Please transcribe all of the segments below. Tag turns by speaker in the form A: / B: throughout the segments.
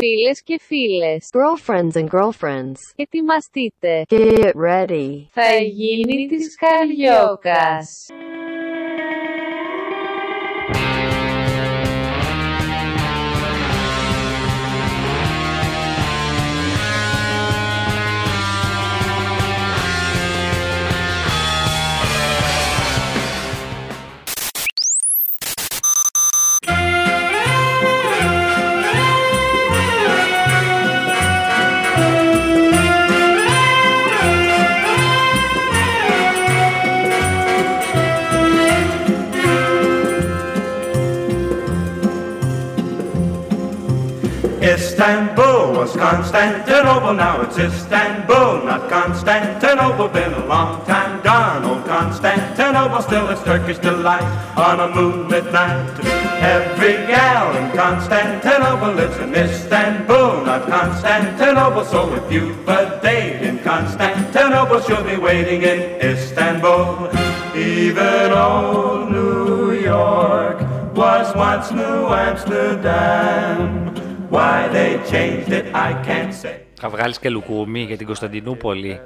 A: Φίλες και φίλες,
B: girlfriends and girlfriends,
A: ετοιμαστείτε.
B: get ready.
A: Θα γίνει της Καριόκας.
C: Istanbul was Constantinople, now it's Istanbul, not Constantinople. Been a long time gone, old Constantinople, still it's Turkish delight on a moonlit night. Every gal in Constantinople lives in Istanbul, not Constantinople. So if you've a date in Constantinople, she'll be waiting in Istanbul. Even old New York was once New Amsterdam. Why they changed it, I can't say.
D: Θα βγάλεις και λουκούμι για την Κωνσταντινούπολη.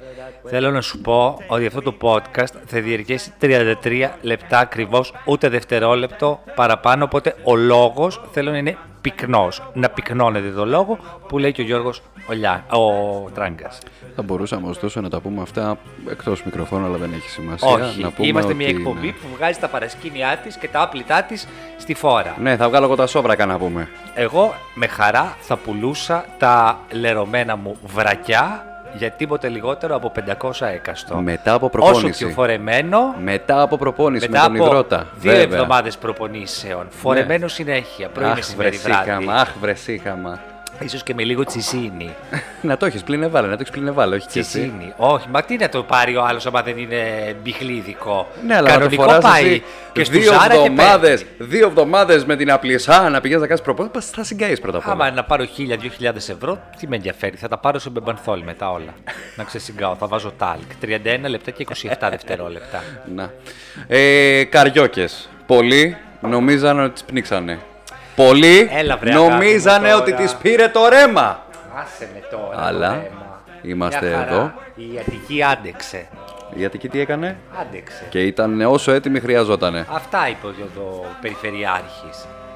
D: Θέλω να σου πω ότι αυτό το podcast θα διαρκέσει 33 λεπτά ακριβώς, ούτε δευτερόλεπτο παραπάνω, οπότε ο λόγος θέλω να είναι πυκνός. Να πυκνώνεται το λόγο που λέει και ο Γιώργος Ολιά, ο Τράγκας.
E: Θα μπορούσαμε ωστόσο να τα πούμε αυτά εκτός μικροφώνου, αλλά δεν έχει σημασία.
D: Όχι,
E: να πούμε
D: είμαστε μια
E: ότι- ναι.
D: εκπομπή που βγάζει τα παρασκήνια της και τα άπλητά της στη φόρα.
E: Ναι, θα βγάλω εγώ τα σόβρακα να πούμε.
D: Εγώ με χαρά θα πουλούσα τα λερωμένα μου βρακιά για τίποτε λιγότερο από 500 έκαστο.
E: Μετά από
D: Όσο
E: προπόνηση.
D: πιο φορεμένο,
E: Μετά από προπόνηση
D: μετά
E: με
D: από
E: τον υδρότα.
D: δύο
E: βέβαια. Ναι.
D: εβδομάδες προπονήσεων, φορεμένο συνέχεια, πρωί
E: Αχ,
D: μεσημέρι βράδυ,
E: βρεσίχαμα, αχ, βρεσίχαμα.
D: ίσως και με λίγο τσισίνι.
E: να το έχεις πλήνε βάλε, να το έχεις πλήνε βάλε, όχι και εσύ.
D: τσισίνι. Όχι, μα τι να το πάρει ο άλλος άμα δεν είναι μπιχλίδικο.
E: Ναι, αλλά να το
D: Κανονικό
E: φοράς
D: πάει
E: εσύ
D: και στους
E: δύο
D: Ζάρα και
E: εβδομάδες,
D: παίρνει.
E: δύο εβδομάδες με την απλησά να πηγαίνεις να κάνεις προπόνηση, θα συγκαείς πρώτα απ' όλα.
D: Άμα να πάρω 1000-2000 ευρώ, τι με ενδιαφέρει. Θα τα πάρω σε μπεμπανθόλ μετά όλα. να ξεσυγκάω. Θα βάζω τάλκ. 31 λεπτά και 27 δευτερόλεπτα.
E: Να. Ε, καριόκες. Πολλοί νομίζανε ότι τις πνίξανε. Πολλοί
D: Έλα, βρε, αγάπη μου,
E: νομίζανε
D: τώρα.
E: ότι τις πήρε το ρέμα.
D: Άσε με τώρα. το
E: Αλλά
D: θέμα.
E: είμαστε
D: Μια χαρά.
E: εδώ.
D: Η Αττική άντεξε.
E: Η Αττική τι έκανε.
D: Άντεξε.
E: Και ήταν όσο έτοιμη χρειαζότανε.
D: Αυτά είπε ο εδώ Περιφερειάρχη.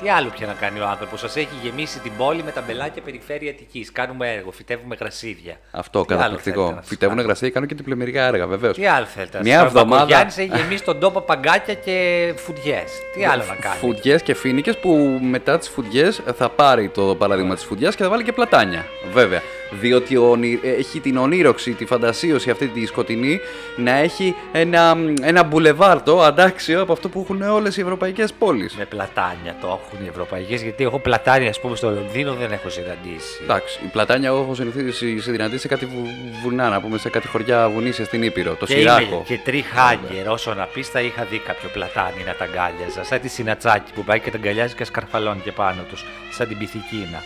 D: Τι άλλο πια να κάνει ο άνθρωπος. Σας έχει γεμίσει την πόλη με τα μπελάκια περιφέρεια Αττικής. Κάνουμε έργο, φυτεύουμε γρασίδια.
E: Αυτό,
D: Τι άλλο θέλετε
E: καταπληκτικό.
D: να σας
E: Φυτεύουν
D: κάνω.
E: γρασία και κάνουν και διπλωμερικά έργα, βεβαίως.
D: Τι άλλο θέλετε. να
E: Μια
D: σας πω, Ο
E: εβδομάδα-
D: Γιάννη έχει γεμίσει τον τόπο παγκάκια και φουδιέ. Τι άλλο να κάνει.
E: Φουντιές και φίνικες που μετά τις φουντιές θα πάρει το παράδειγμα της φουντιάς και θα βάλει και πλατάνια. Βέβαια. Διότι ο ονει- έχει την ονείροξη, τη φαντασίωση αυτή τη σκοτεινή να έχει ένα, ένα μπουλεβάρτο αντάξιο από αυτό που έχουν όλες οι ευρωπαϊκές πόλεις.
D: Με πλατάνια το έχουν οι Ευρωπαϊκές, γιατί εγώ πλατάνια, ας πούμε, στο Λονδίνο δεν έχω συναντήσει.
E: Εντάξει, η πλατάνια εγώ έχω συνηθίσει σε δυνατή σε κάτι βου- βουνά, να πούμε σε κάτι χωριά βουνίσια στην Ήπειρο, το
D: και
E: Σιράκο.
D: και τριχάγκερ, όσο να πεις, θα είχα δει κάποιο πλατάνι να τα αγκάλιαζα. Σαν τη συνατσάκι που πάει και τα αγκαλιάζει και σκαρφαλώνει και πάνω τους. Σαν την πυθικίνα.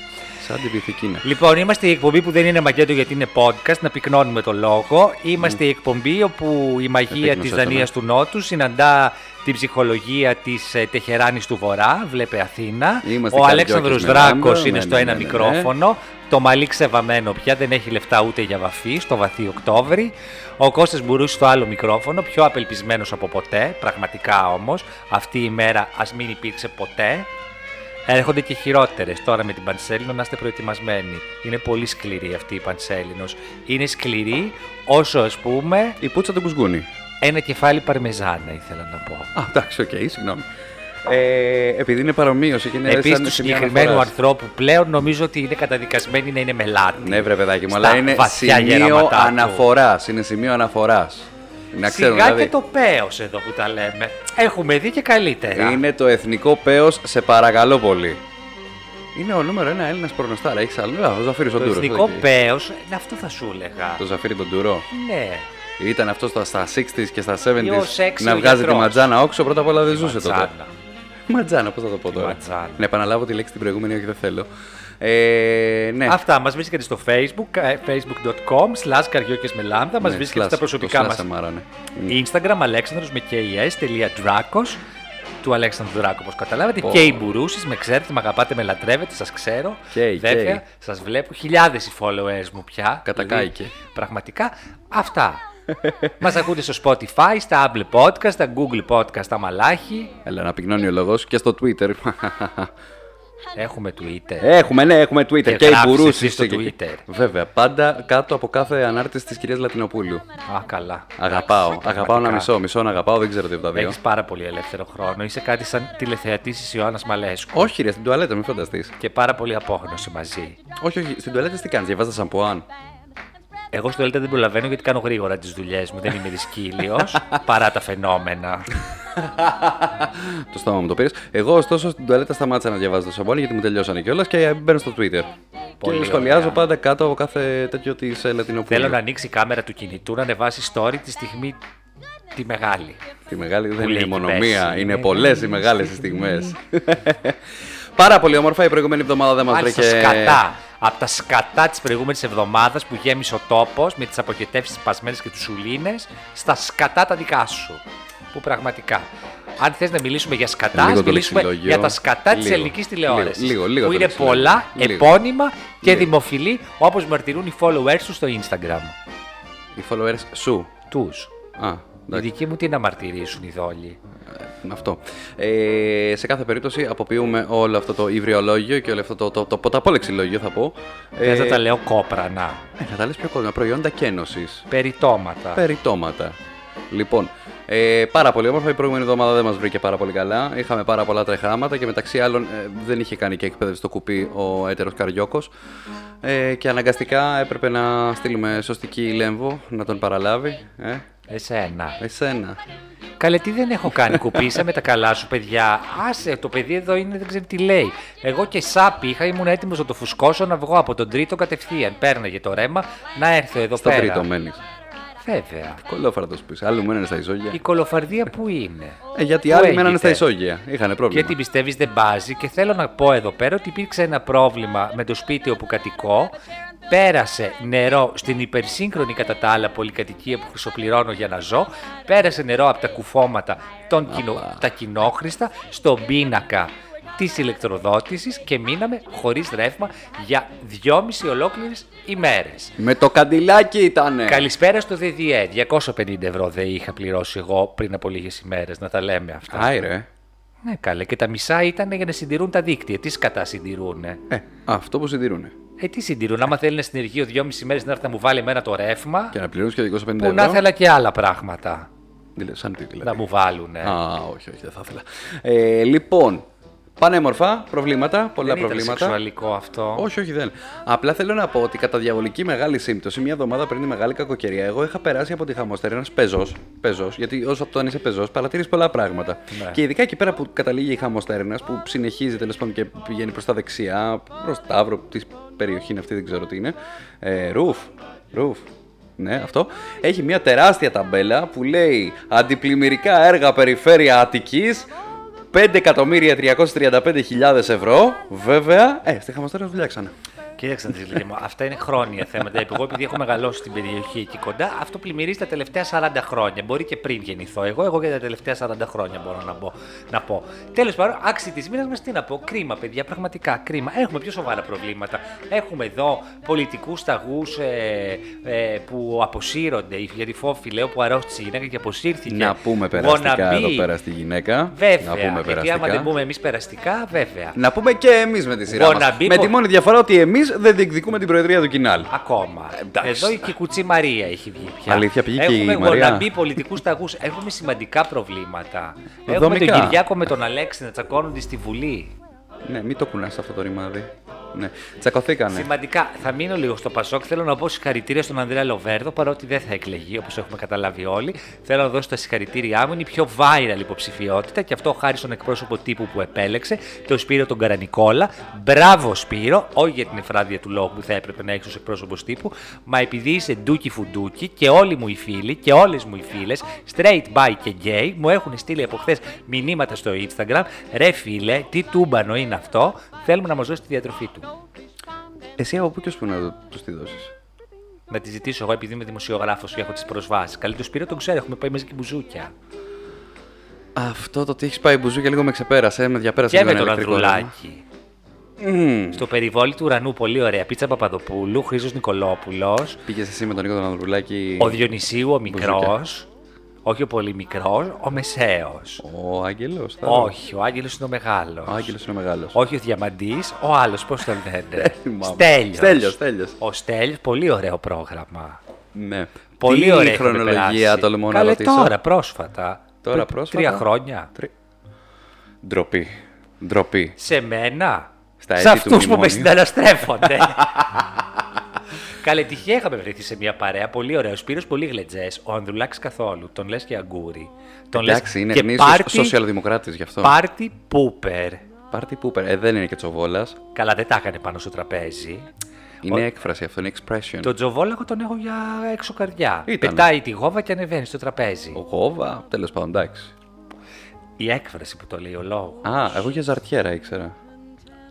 E: Σαν την Πυθικίνα.
D: Λοιπόν, είμαστε η εκπομπή που δεν είναι μακέτο γιατί είναι podcast, να πυκνώνουμε το λόγο. Είμαστε η εκπομπή όπου η μαγεία
E: Επίκνωσες
D: της
E: το, ναι.
D: Δανίας του Νότου συναντά την ψυχολογία της ε, Τεχεράνης του Βορρά, βλέπε Αθήνα.
E: Είμαστε
D: Ο
E: καρδιόκες
D: Αλέξανδρος
E: με
D: Δράκος
E: λάμπρο,
D: είναι
E: ναι,
D: στο
E: ναι,
D: ένα
E: ναι, ναι, ναι.
D: μικρόφωνο. Το μαλλί ξεβαμένο πια, δεν έχει λεφτά ούτε για βαφή, στο βαθύ Οκτώβρη. Ο Κώστας Μπουρούς στο άλλο μικρόφωνο, πιο απελπισμένος από ποτέ, πραγματικά όμως. Αυτή η μέρα ας μην υπήρξε ποτέ. Έρχονται και χειρότερες τώρα με την Πανσέλινο, να είστε προετοιμασμένοι. Είναι πολύ σκληρή αυτή η Πανσέλινος. Είναι σκληρή όσο ας πούμε
E: Η πούτσα του κουζγούνι.
D: ένα κεφάλι παρμεζάνα, ήθελα να πω.
E: Α, εντάξει, οκ, συγγνώμη. Ε, επειδή είναι παρομοίωση και είναι
D: Επίσης
E: σαν
D: του
E: σημεία
D: συγκεκριμένου
E: αναφοράς.
D: ανθρώπου πλέον νομίζω ότι είναι καταδικασμένοι να είναι μελάτη.
E: Ναι, βρε παιδάκι μου,
D: Στα
E: αλλά είναι
D: βαθιά
E: σημείο
D: γεράματά του.
E: αναφοράς. Είναι σημείο αναφοράς.
D: Σιγά
E: Να ξέρουν, δηλαδή.
D: και το πέος εδώ που τα λέμε. Έχουμε δει και καλύτερα.
E: Είναι το εθνικό πέος, σε παρακαλώ πολύ. Είναι ο νούμερο ένα Έλληνας προνοστάρα. Έχεις άλλο. Α, ο Ζαφύρι
D: το
E: τον Τούρο.
D: εθνικό
E: εκεί.
D: πέος, ναι, αυτό θα σου έλεγα.
E: Το Ζαφύρι τον Τούρο.
D: Ναι.
E: Ήταν αυτός στα, στα 60s και στα
D: Ή ο
E: 70s
D: σεξι ο
E: να βγάζει τη
D: γιατρός.
E: ματζάνα όξο. Πρώτα απ' όλα δεν ζούσε τότε.
D: Ματσάνα.
E: Ματζάνα, πώς θα το πω τώρα.
D: ματζάνα.
E: Να επαναλάβω τη λέξη την προηγούμενη, όχι δεν θέλω. Ε, ναι.
D: Αυτά μας βρίσκεται στο facebook, ε, facebook.com slash καριόκες με λάμδα, μας
E: Ναι,
D: βρίσκεται
E: slash,
D: στα
E: το ναι.
D: προσωπικά
E: slash
D: μας
E: εμάρανε.
D: Instagram αλέξανδρος με kes.dracos του Αλέξανδρου Δουράκου, όπω καταλάβετε.
E: Πω.
D: Και οι μπουρούσει, με ξέρετε, με αγαπάτε, με λατρεύετε, σας ξέρω.
E: Καίει, καίει.
D: Βέβαια, σας βλέπω. Χιλιάδες οι followers μου πια.
E: Κατακάηκε.
D: Δηλαδή, Πραγματικά αυτά. Μας ακούτε στο Spotify, στα Apple Podcast, στα Google Podcast, στα Μαλάχη.
E: Έλα να πυκνώνει ο λόγο και στο Twitter.
D: Έχουμε Twitter.
E: έχουμε, ναι, έχουμε Twitter.
D: Και
E: Και, οι
D: γράψεις
E: μπουρούσει
D: εσύ στο Twitter.
E: Βέβαια, πάντα κάτω από κάθε ανάρτηση της κυρίας Λατινοπούλου.
D: Α, καλά.
E: Αγαπάω. Αγαπάω να
D: Πραγματικά.
E: μισώ. Μισώ να αγαπάω, δεν ξέρω τι από τα δύο.
D: Έχεις πάρα πολύ ελεύθερο χρόνο. Είσαι κάτι σαν τηλεθεατής τη Ιωάννας Μαλέσκου.
E: Όχι, ρε, στην τουαλέτα, μην φανταστείς.
D: Και πάρα πολύ απόγνωση μαζί.
E: Όχι, όχι, στην τουαλέτα τι κάνεις, διαβάζα σαμπουάν.
D: Εγώ στο Ελτα δεν προλαβαίνω γιατί κάνω γρήγορα τις δουλειές μου. Δεν είμαι δυσκύλιος παρά τα φαινόμενα.
E: το στόμα μου το πήρες. Εγώ, ωστόσο, στην τουαλέτα σταμάτησα να διαβάζω το σαμπουάν γιατί μου τελειώσανε κιόλας και μπαίνω στο Twitter.
D: Πολύ
E: και σχολιάζω
D: ωραία.
E: πάντα κάτω από κάθε τέτοιο της Λατινοπούλου.
D: Θέλω να ανοίξει η κάμερα του κινητού να ανεβάσει story τη στιγμή τη μεγάλη.
E: Τη μεγάλη δεν
D: λέει
E: είναι
D: την
E: μονομία,
D: πέση.
E: είναι πολλές
D: ναι.
E: οι μεγάλες οι στιγμές. Πάρα πολύ όμορφα. Η προηγούμενη εβδομάδα δεν μας
D: Μάλιστα
E: βρήκε.
D: σκατά. Από τα σκατά της προηγούμενης εβδομάδας που γέμισε ο τόπος με τις αποχετεύσει πασμένε και τους σουλίνε, στα σκατά τα δικά σου. Που πραγματικά. Αν θες να μιλήσουμε για σκατά,
E: Λίγο
D: ας
E: το
D: μιλήσουμε
E: λεξιλόγιο.
D: για τα σκατά της
E: Λίγο.
D: ελληνικής τηλεόρασης.
E: Λίγο,
D: που
E: λίγο, λίγο το
D: είναι
E: λεξιλόγιο.
D: πολλά,
E: Λίγο.
D: επώνυμα και
E: Λίγο.
D: δημοφιλή, όπως μαρτυρούν οι followers του στο Instagram.
E: Οι followers σου.
D: Τους.
E: Α,
D: Οι
E: εντάξει.
D: δικοί μου τι να μαρτυρήσουν οι δόλοι.
E: Αυτό. Ε, σε κάθε περίπτωση αποποιούμε όλο αυτό το υβριολόγιο και όλο αυτό το, το, το ποταπό λεξιλόγιο θα πω.
D: Ε... Δεν θα τα λέω κόπρανα.
E: ε, να τα λες πιο κόσμο. Προϊόντα κένωσης.
D: Περιτώματα.
E: Περιτώματα. Λοιπόν, ε, πάρα πολύ όμορφα. Η προηγούμενη εβδομάδα δεν μας βρήκε πάρα πολύ καλά. Είχαμε πάρα πολλά τρεχάματα και μεταξύ άλλων ε, δεν είχε κάνει και εκπαίδευση στο κουπί ο έτερος Καριόκος. Ε, και αναγκαστικά έπρεπε να στείλουμε σωστική λέμβο να τον παραλάβει. Ε,
D: Εσένα.
E: εσένα.
D: Καλέ, τι δεν έχω κάνει. Κουπίσα με τα καλά σου, παιδιά. Άσε, το παιδί εδώ είναι, δεν ξέρει τι λέει. Εγώ και σάπι είχα, ήμουν έτοιμος να το φουσκώσω να βγω από τον τρίτο κατευθείαν. Πέρναγε το ρέμα να έρθω εδώ
E: Στον
D: πέρα.
E: τρίτο μένεις.
D: Βέβαια.
E: Κολόφαρα το πεις. Άλλοι μένανε στα
D: Η
E: ισόγεια.
D: κολοφαρδία που είναι.
E: Ε, γιατί
D: Πού
E: άλλοι
D: έγινε?
E: μένανε στα ισόγεια. Είχανε
D: Και
E: πρόβλημα.
D: την πιστεύεις δεν μπάζει. Και θέλω να πω εδώ πέρα ότι υπήρξε ένα πρόβλημα με το σπίτι όπου κατοικώ. Πέρασε νερό στην υπερσύγχρονη κατά τα άλλα πολυκατοικία που χρυσοπληρώνω για να ζω. Πέρασε νερό από τα κουφώματα των κοινο, τα κοινόχρηστα στον πίνακα της ηλεκτροδότησης και μείναμε χωρίς ρεύμα για δυόμιση ολόκληρες ημέρες.
E: Με το καντιλάκι ήτανε.
D: Καλησπέρα στο ΔΔΕ. 250 ευρώ δεν είχα πληρώσει εγώ πριν από λίγες ημέρες, να τα λέμε αυτά.
E: Άιρε.
D: Ναι, καλέ. Και τα μισά ήταν για να συντηρούν τα δίκτυα. Τι κατά συντηρούνε.
E: Ε, αυτό που συντηρούνε.
D: Ε, τι συντηρούν. Άμα θέλει να συνεργείο δυόμιση μέρε να έρθει να μου βάλει εμένα το ρεύμα.
E: Και να πληρώνεις και 250 ευρώ.
D: Που να ήθελα και άλλα πράγματα
E: Δηλαδή, Σαν τι δηλαδή.
D: να μου βάλουνε.
E: Α, όχι, όχι, δεν θα ήθελα. Ε, λοιπόν, πανέμορφα, προβλήματα, πολλά
D: Δεν ήταν
E: προβλήματα.
D: σεξουαλικό αυτό.
E: Όχι, όχι, δεν. Απλά θέλω να πω ότι κατά διαβολική μεγάλη σύμπτωση, μια εβδομάδα πριν τη μεγάλη κακοκαιρία, εγώ είχα περάσει από τη χαμοστέρη ένας πεζός. Πεζός, γιατί όσο από το αν είσαι πεζός, παρατηρείς πολλά πράγματα.
D: Ναι.
E: Και ειδικά εκεί πέρα που καταλήγει η χαμοστέρνα, που συνεχίζει τέλος πάντων και πηγαίνει προς τα δεξιά, προς τα αύριο, της περιοχή είναι αυτή, δεν ξέρω τι είναι. Ε, ρουφ, ρουφ. Ναι, αυτό. Έχει μια τεράστια ταμπέλα που λέει Αντιπλημμυρικά έργα περιφέρεια Αττικής 5.335.000 ευρώ. Βέβαια, ε, στη χαμοστέρνα δουλειάξανε.
D: Κοίταξε να δεις, Λίλη μου, αυτά είναι χρόνια θέματα. Εγώ επειδή έχω μεγαλώσει στην περιοχή εκεί κοντά, αυτό πλημμυρίζει τα τελευταία 40 χρόνια. Μπορεί και πριν γεννηθώ εγώ, εγώ για τα τελευταία 40 χρόνια μπορώ να, μπω, να πω. Τέλος πάντων, άξι τη μοίρα μας τι να πω. Κρίμα, παιδιά, πραγματικά κρίμα. Έχουμε πιο σοβαρά προβλήματα. Έχουμε εδώ πολιτικούς σταγούς ε, ε, που αποσύρονται. Η Φόφη, λέω, που αρρώστησε η γυναίκα και αποσύρθηκε.
E: Να πούμε περαστικά
D: Wannabe.
E: εδώ πέρα στη γυναίκα.
D: Βέβαια,
E: να πούμε
D: γιατί άμα δεν
E: περαστικά.
D: πούμε εμείς περαστικά, βέβαια.
E: Να πούμε και εμείς με τη σειρά
D: Wannabe
E: μας. Με
D: πο-
E: τη μόνη διαφορά ότι εμείς δεν διεκδικούμε την Προεδρία του Κινάλ.
D: Ακόμα.
E: Ε, εντάξει.
D: Εδώ και η κουτσή Μαρία έχει βγει πια.
E: Αλήθεια, πήγε και η
D: Έχουμε
E: Μαρία.
D: γοναμπή πολιτικού ταγού. Έχουμε σημαντικά προβλήματα. Έχουμε
E: Δομικά.
D: τον Κυριάκο με τον Αλέξη να τσακώνονται στη Βουλή.
E: Ναι, μην το κουνάς αυτό το ρημάδι. Ναι. Τσακωθήκανε.
D: Σημαντικά. Θα μείνω λίγο στο Πασόκ. Θέλω να πω συγχαρητήρια στον Ανδρέα Λοβέρδο, παρότι δεν θα εκλεγεί όπως έχουμε καταλάβει όλοι. Θέλω να δώσω τα συγχαρητήριά μου. Είναι η πιο viral υποψηφιότητα και αυτό χάρη στον εκπρόσωπο τύπου που επέλεξε, τον Σπύρο τον Καρανικόλα. Μπράβο Σπύρο, όχι για την εφράδια του λόγου που θα έπρεπε να έχεις ως εκπρόσωπος τύπου, μα επειδή είσαι ντούκι φουντούκι και όλοι μου οι φίλοι και όλες μου οι φίλες, straight by και gay, μου έχουν στείλει από χθες μηνύματα στο Instagram. Ρε φίλε, τι τούμπανο είναι αυτό, θέλουμε να μας δώσεις τη διατροφή του.
E: Εσύ από πού και ως που να τους τη δώσεις.
D: Να τη ζητήσω εγώ επειδή είμαι δημοσιογράφος και έχω τις προσβάσεις. Καλή το Σπύρο, τον ξέρω, έχουμε πάει μαζί και μπουζούκια.
E: Αυτό το ότι έχεις πάει μπουζούκια λίγο με ξεπέρασε, με διαπέρασε
D: Και
E: λίγο
D: με
E: ένα
D: τον
E: ηλεκτρικό
D: Ανδρουλάκη.
E: ρεύμα. Μμμ.
D: Στο περιβόλι του ουρανού, πολύ ωραία. Πίτσα Παπαδοπούλου, Χρήστος Νικολόπουλος,
E: Πήγες εσύ με τον Νίκο τον Ανδρουλάκη.
D: ο Διονυσίου ο μικρός.
E: Μπουζούκια.
D: Όχι ο πολύ μικρός, ο μεσαίος.
E: Ο Άγγελος.
D: Όχι, ο Άγγελος είναι ο μεγάλος.
E: Ο Άγγελος είναι μεγάλος.
D: Όχι ο Διαμαντής, ο άλλος, πώς τον λένε.
E: θυμάμαι.
D: Στέλιος.
E: Ε, Στέλιος, Στέλιος.
D: Ο Στέλιος, πολύ ωραίο πρόγραμμα.
E: Ναι.
D: Πολύ
E: Τι
D: ωραία. έχουμε
E: χρονολογία
D: περάσει.
E: τολμώ να
D: Καλέ,
E: ρωτήσω.
D: Τώρα, πρόσφατα.
E: ε? Τώρα
D: Πρι-
E: πρόσφατα.
D: Τρία χρόνια.
E: Τρι- Ντροπή. Ντροπή.
D: Σε μένα.
E: Στα
D: σε
E: έτη του
D: αυτούς που με
E: μνημονίου.
D: συνταναστρέφονται. Καλέ, τυχαία είχαμε βρεθεί σε μια παρέα. Πολύ ωραία. Ο Σπύρος πολύ γλετζές. Ο Ανδρουλάκης καθόλου. Τον λες και αγκούρι. Τον λες
E: Εντάξει, είναι
D: και
E: γνήσιο
D: party-
E: σοσιαλδημοκράτη γι' αυτό.
D: Party pooper.
E: Πάρτι Πούπερ. Ε, δεν είναι και τσοβόλα.
D: Καλά, δεν τα έκανε πάνω στο τραπέζι.
E: Είναι
D: Ο-
E: έκφραση αυτό, είναι expression.
D: Τον τζοβόλακο τον έχω για έξω καρδιά.
E: Ε, Ήτανε.
D: Πετάει τη γόβα και ανεβαίνει στο τραπέζι.
E: Ο Γόβα, τέλος πάντων, εντάξει.
D: Η έκφραση που το λέει ο λόγος.
E: Α, εγώ για ζαρτιέρα ήξερα.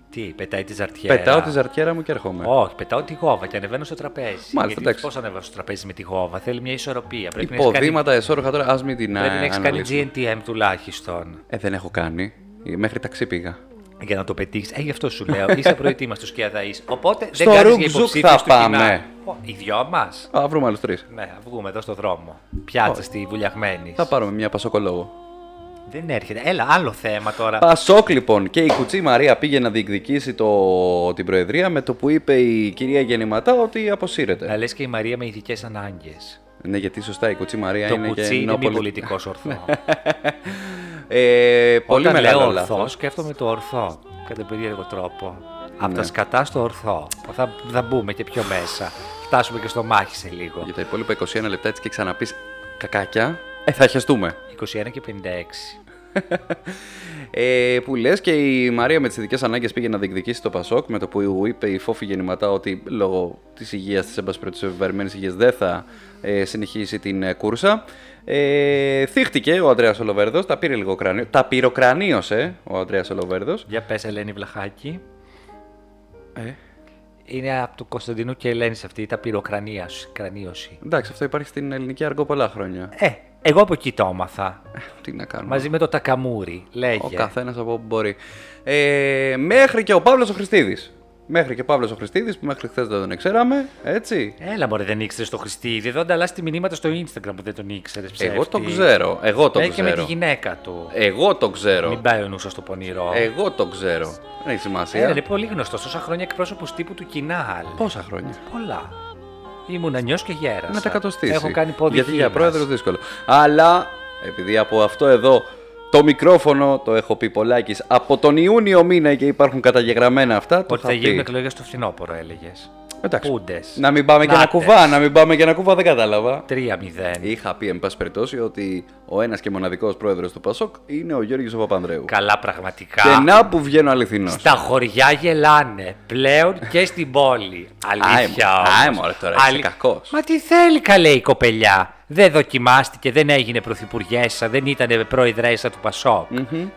D: Τι, πετάει τη ζαρτιέρα.
E: Πετάω τη ζαρτιέρα μου και έρχομαι.
D: Όχι, πετάω τη γόβα και ανεβαίνω στο τραπέζι.
E: Ναι. Μάλιστα,
D: Γιατί
E: εντάξει.
D: πώς ανεβαίνω στο τραπέζι με τη γόβα, θέλει μια ισορροπία. Πρέπει να έχεις
E: Υποδήματα, εσόρουχα τώρα, ας μην την
D: κάνει, πρέπει να
E: ε,
D: έχεις κάνει
E: αναλύσουμε.
D: GNTM τουλάχιστον.
E: Ε, δεν έχω κάνει. Ε, Μέχρι ταξί πήγα.
D: Για να το πετύχεις. Ε, γι' αυτό σου λέω. Είσαι προετοίμαστος και αδαή. Οπότε
E: Στο
D: δεν κάνει
E: Ρουκ Ζουκ
D: υποψήφιος.
E: θα πάμε.
D: Οι δυο μας.
E: Α, βρούμε άλλους τρεις.
D: Ναι, α βγούμε εδώ στο δρόμο. Πιάτσα στη βουλιαγμένη.
E: Θα πάρουμε μια πασοκολόγο.
D: Δεν έρχεται. Έλα, άλλο θέμα τώρα.
E: Πασόκ λοιπόν και η Κουτσή Μαρία πήγε να διεκδικήσει το... την Προεδρία με το που είπε η κυρία Γεννηματά ότι αποσύρεται.
D: Να λες και η Μαρία με ειδικέ ανάγκες.
E: Ναι, γιατί σωστά η Κουτσή Μαρία
D: Ε, Το
E: Ε, είναι και Ναι.
D: κουτσί είναι μη
E: νεοπολι-
D: πολιτικός ορθός.
E: Ε, πολύ
D: Όταν
E: μεγάλο
D: λέω
E: λάθος.
D: ορθός, σκέφτομαι το ορθό. Κατά περίεργο τρόπο. Από
E: Ναι.
D: τα σκατά στο ορθό. Θα, θα μπούμε και πιο μέσα. Φτάσουμε και στο μάχη σε λίγο.
E: Για τα υπόλοιπα 21 λεπτά έτσι και ξαναπείς κακάκια, ε, θα χεστούμε.
D: 21 και 56.
E: Ε, που λες και η Μαρία με τις ειδικές ανάγκες πήγε να διεκδικήσει το Πασόκ, με το που είπε η Φόφη γεννηματά ότι λόγω της υγείας της, εν πάση περιπτώσει, βαρημένης υγείας, δεν θα ε, συνεχίσει την ε, κούρσα. Ε, θύχτηκε ο Ανδρέας Ολοβέρδος, τα πήρε λίγο κρανίο. Τα πυροκρανίωσε ο Ανδρέας Ολοβέρδος.
D: Για πες, Ελένη Βλαχάκη.
E: Ε,
D: Είναι από του Κωνσταντινού και Ελένης αυτή, τα πυροκρανίωση. κρανίωση.
E: εντάξει, αυτό υπάρχει στην ελληνική αργό πολλά χρόνια. Ε,
D: Ε, εγώ από εκεί το έμαθα.
E: Τι να κάνουμε.
D: Μαζί με το τακαμούρι. Λέγε.
E: Ναι. Ο καθένας από όπου μπορεί. Ε, μέχρι και ο Παύλος ο Χριστίδης. Μέχρι και ο Παύλος ο Χριστίδης, που μέχρι χθες δεν τον ξέραμε, έτσι.
D: Έλα, μωρέ, δεν ήξερες το Χριστίδη. Εδώ ανταλλάσσει τη μηνύματα στο Instagram που δεν τον ήξερες.
E: Εγώ τον ξέρω. Εγώ τον
D: Λέει και με τη
E: ξέρω.
D: γυναίκα του.
E: Εγώ τον ξέρω.
D: Μην πάει ο νους σας στο πονηρό.
E: Εγώ τον ξέρω. Δεν έχει σημασία.
D: Ένα, είναι πολύ γνωστός. Τόσα χρόνια εκπρόσωπος τύπου του Κινάλ.
E: Πόσα χρόνια.
D: Πολλά. Ήμουν νιός και γέρασα.
E: Να τα κατοστήσει.
D: Έχω κάνει πόδι
E: Γιατί για
D: χείλας.
E: πρόεδρο δύσκολο. Αλλά επειδή από αυτό εδώ το μικρόφωνο, το έχω πει πολλάκι, από τον Ιούνιο μήνα και υπάρχουν καταγεγραμμένα αυτά, το
D: Ότι θα,
E: θα
D: γίνουν
E: πει.
D: εκλογές στο φθινόπωρο, έλεγες.
E: Εντάξει.
D: Πούντες.
E: Να μην πάμε και ένα
D: Νάτες.
E: κουβά, να μην πάμε και ένα κουβά, δεν κατάλαβα.
D: 3-0.
E: Είχα πει, εν πάση περιπτώσει, ότι ο ένας και μοναδικός πρόεδρος του Πασόκ είναι ο Γιώργη Παπανδρέου.
D: Καλά, πραγματικά.
E: Και να που βγαίνω αληθινός.
D: Στα χωριά γελάνε πλέον και στην πόλη. Αλήθεια
E: Άι,
D: όμως.
E: άι, μωρέ, τώρα, είσαι κακός.
D: Μα τι θέλει καλέ η κοπελιά. Δεν δοκιμάστηκε, δεν έγινε πρωθυπουργέσα, δεν ήταν πρόεδρέσα του πασοκ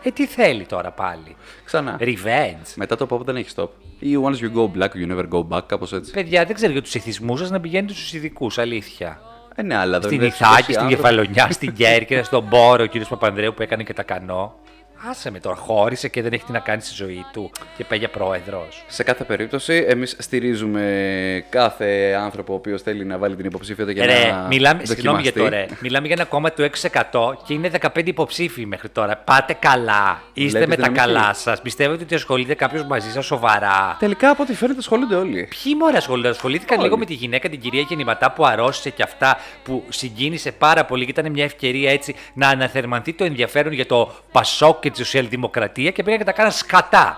D: Ε, τι θέλει τώρα πάλι.
E: Ξανά.
D: Revenge.
E: Μετά το pop δεν έχει stop. Ή once you go black, you never go back, κάπως έτσι.
D: Παιδιά, δεν ξέρω για τους εθισμούς σας να πηγαίνετε στους ειδικούς, αλήθεια.
E: Ε, ναι, αλλά δεν
D: Στην
E: δεν
D: Ιθάκη,
E: έχει
D: στην
E: άνθρωπο.
D: Κεφαλονιά, στην Κέρκυρα, στον Πόρο, ο κύριος Παπανδρέου που έκανε και τα κανό. Άσε με τώρα, χώρισε και δεν έχει τι να κάνει στη ζωή του και πέγια πρόεδρος.
E: Σε κάθε περίπτωση, εμείς στηρίζουμε κάθε άνθρωπο ο οποίος θέλει να βάλει την υποψήφιότητα για
D: Ε, Ρε,
E: να.
D: μιλάμε, συγγνώμη για
E: δοκιμαστεί.
D: το ρε. Μιλάμε για ένα κόμμα του 6% και είναι 15 υποψήφοι μέχρι τώρα. Πάτε καλά. Είστε
E: Βλέπεις
D: με τα
E: δυναμική.
D: καλά σας. Πιστεύετε ότι ασχολείται κάποιος μαζί σας σοβαρά.
E: Τελικά από ό,τι φαίνεται ασχολούνται όλοι.
D: Ποιοι μωρέ ασχολούνται, ασχολήθηκαν
E: Όλοι.
D: λίγο με τη γυναίκα την κυρία Γεννηματά που αρρώστησε και αυτά που συγκίνησε πάρα πολύ και ήταν μια ευκαιρία έτσι να αναθερμανθεί το ενδιαφέρον για το Πασόκ και τη Σοσιαλδημοκρατία και πήγαν και τα κάναν σκατά.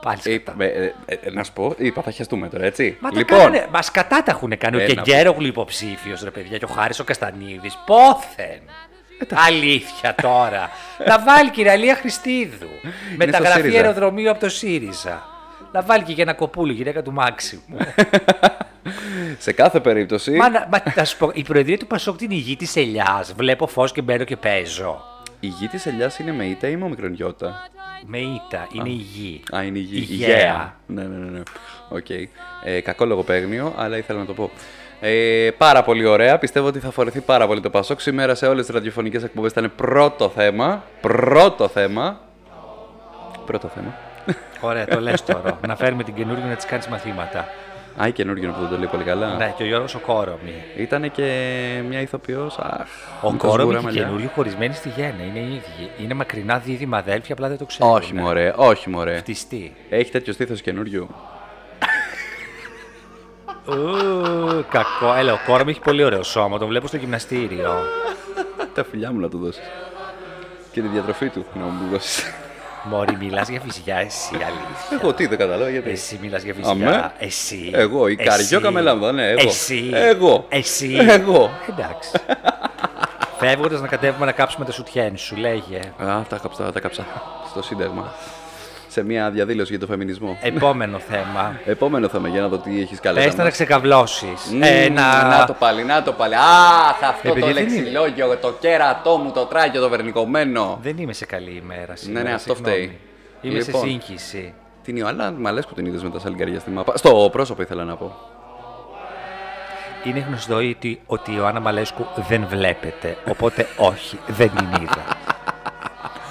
D: Πάλι
E: Ε,
D: σκατά.
E: ε, ε, ε, να σου πω, είπα, θα χιαστούμε τώρα, έτσι.
D: Μα
E: λοιπόν,
D: τα κάνανε, μα σκατά τα έχουν κάνει. Ο
E: Ένα από-
D: Κεγκέρογλου υποψήφιος ρε παιδιά και ο Χάρης ο Καστανίδης. Πόθεν.
E: Ε,
D: Αλήθεια τώρα. να βάλει και η Ραλία Χριστίδου. Μεταγραφή
E: ΣΥΡΙΖΑ.
D: αεροδρομίου από το ΣΥΡΙΖΑ. Να βάλει και για ένα κοπούλι, γυναίκα του Μάξιμου.
E: σε κάθε περίπτωση.
D: Μα, να- μα να σου πω, η προεδρία του Πασόκ την ηγή της ελιάς. Βλέπω φως και μπαίνω και παίζω.
E: Η γη της ελιάς είναι με ήττα ή με ομικρονιώτα.
D: Με ήττα, είναι η γη.
E: Α, είναι η γη.
D: Υγεία.
E: Ναι, ναι, ναι. ναι. Οκ. Ε, κακό λογοπαίγνιο, αλλά ήθελα να το πω. Ε, πάρα πολύ ωραία. Πιστεύω ότι θα φορεθεί πάρα πολύ το Πασόκ. Σήμερα σε όλες τις ραδιοφωνικές εκπομπές ήταν πρώτο θέμα. Πρώτο θέμα. Πρώτο θέμα.
D: Ωραία, το λες τώρα. να φέρουμε την καινούργια να της κάνεις μαθήματα.
E: Α, η καινούργιο που δεν το λέει πολύ καλά.
D: Ναι, και ο Γιώργος ο Κόρομη.
E: Ήταν και μια ηθοποιός. Αχ,
D: Ο
E: με τα
D: Κόρομη
E: σγουρά
D: και η
E: μαλλιά.
D: καινούργια χωρισμένη στη Γέννα. Είναι οι ίδιοι. Είναι μακρινά δίδυμα αδέλφια, απλά δεν το ξέρουν.
E: Όχι, μωρέ, όχι, μωρέ.
D: Φτιστή.
E: Έχει τέτοιο στήθος καινούριου.
D: Ου, κακό. Έλα, ο Κόρομη έχει πολύ ωραίο σώμα. Τον βλέπω στο γυμναστήριο.
E: Τα φιλιά μου να του δώσεις. Και τη διατροφή του να μου δώσεις.
D: Μωρή, μιλάς για φυσιά, εσύ αλήθεια.
E: Εγώ τι δεν καταλάβα γιατί.
D: Εσύ μιλάς για
E: Αμέ.
D: φυσικά. Εσύ.
E: Εγώ, η
D: Εσύ.
E: καριόκα με λάμδα, ναι, εγώ.
D: Εσύ.
E: Εγώ.
D: Εσύ.
E: Εγώ.
D: Εντάξει. Φεύγοντας να κατέβουμε να κάψουμε τα σουτιέν σου, λέγε.
E: Α, τα κάψα, τα κάψα. Στο Σύνταγμα. Σε μια διαδήλωση για το φεμινισμό.
D: Επόμενο θέμα.
E: Επόμενο θέμα για να δω τι έχεις καλά.
D: Πες τα να ξεκαβλώσει.
E: ε, να... να το πάλι, να το πάλι. Α, θα αυτό
D: Επειδή
E: το
D: δεν είναι-
E: λεξιλόγιο, το κέρατό μου, το τράγιο, το βερνικωμένο.
D: Δεν είμαι σε καλή ημέρα σήμερα.
E: ναι, αυτό
D: συγγνώμη.
E: φταίει.
D: Είμαι
E: Λοιπόν.
D: σε σύγχυση.
E: Την Ιωάννα Μαλέσκου την είδες με τα σαλιγκαριά στη μάπα. Στο πρόσωπο ήθελα να πω.
D: Είναι γνωστό ότι, ότι η Ιωάννα Μαλέσκου δεν βλέπετε. Οπότε όχι, δεν την είδα.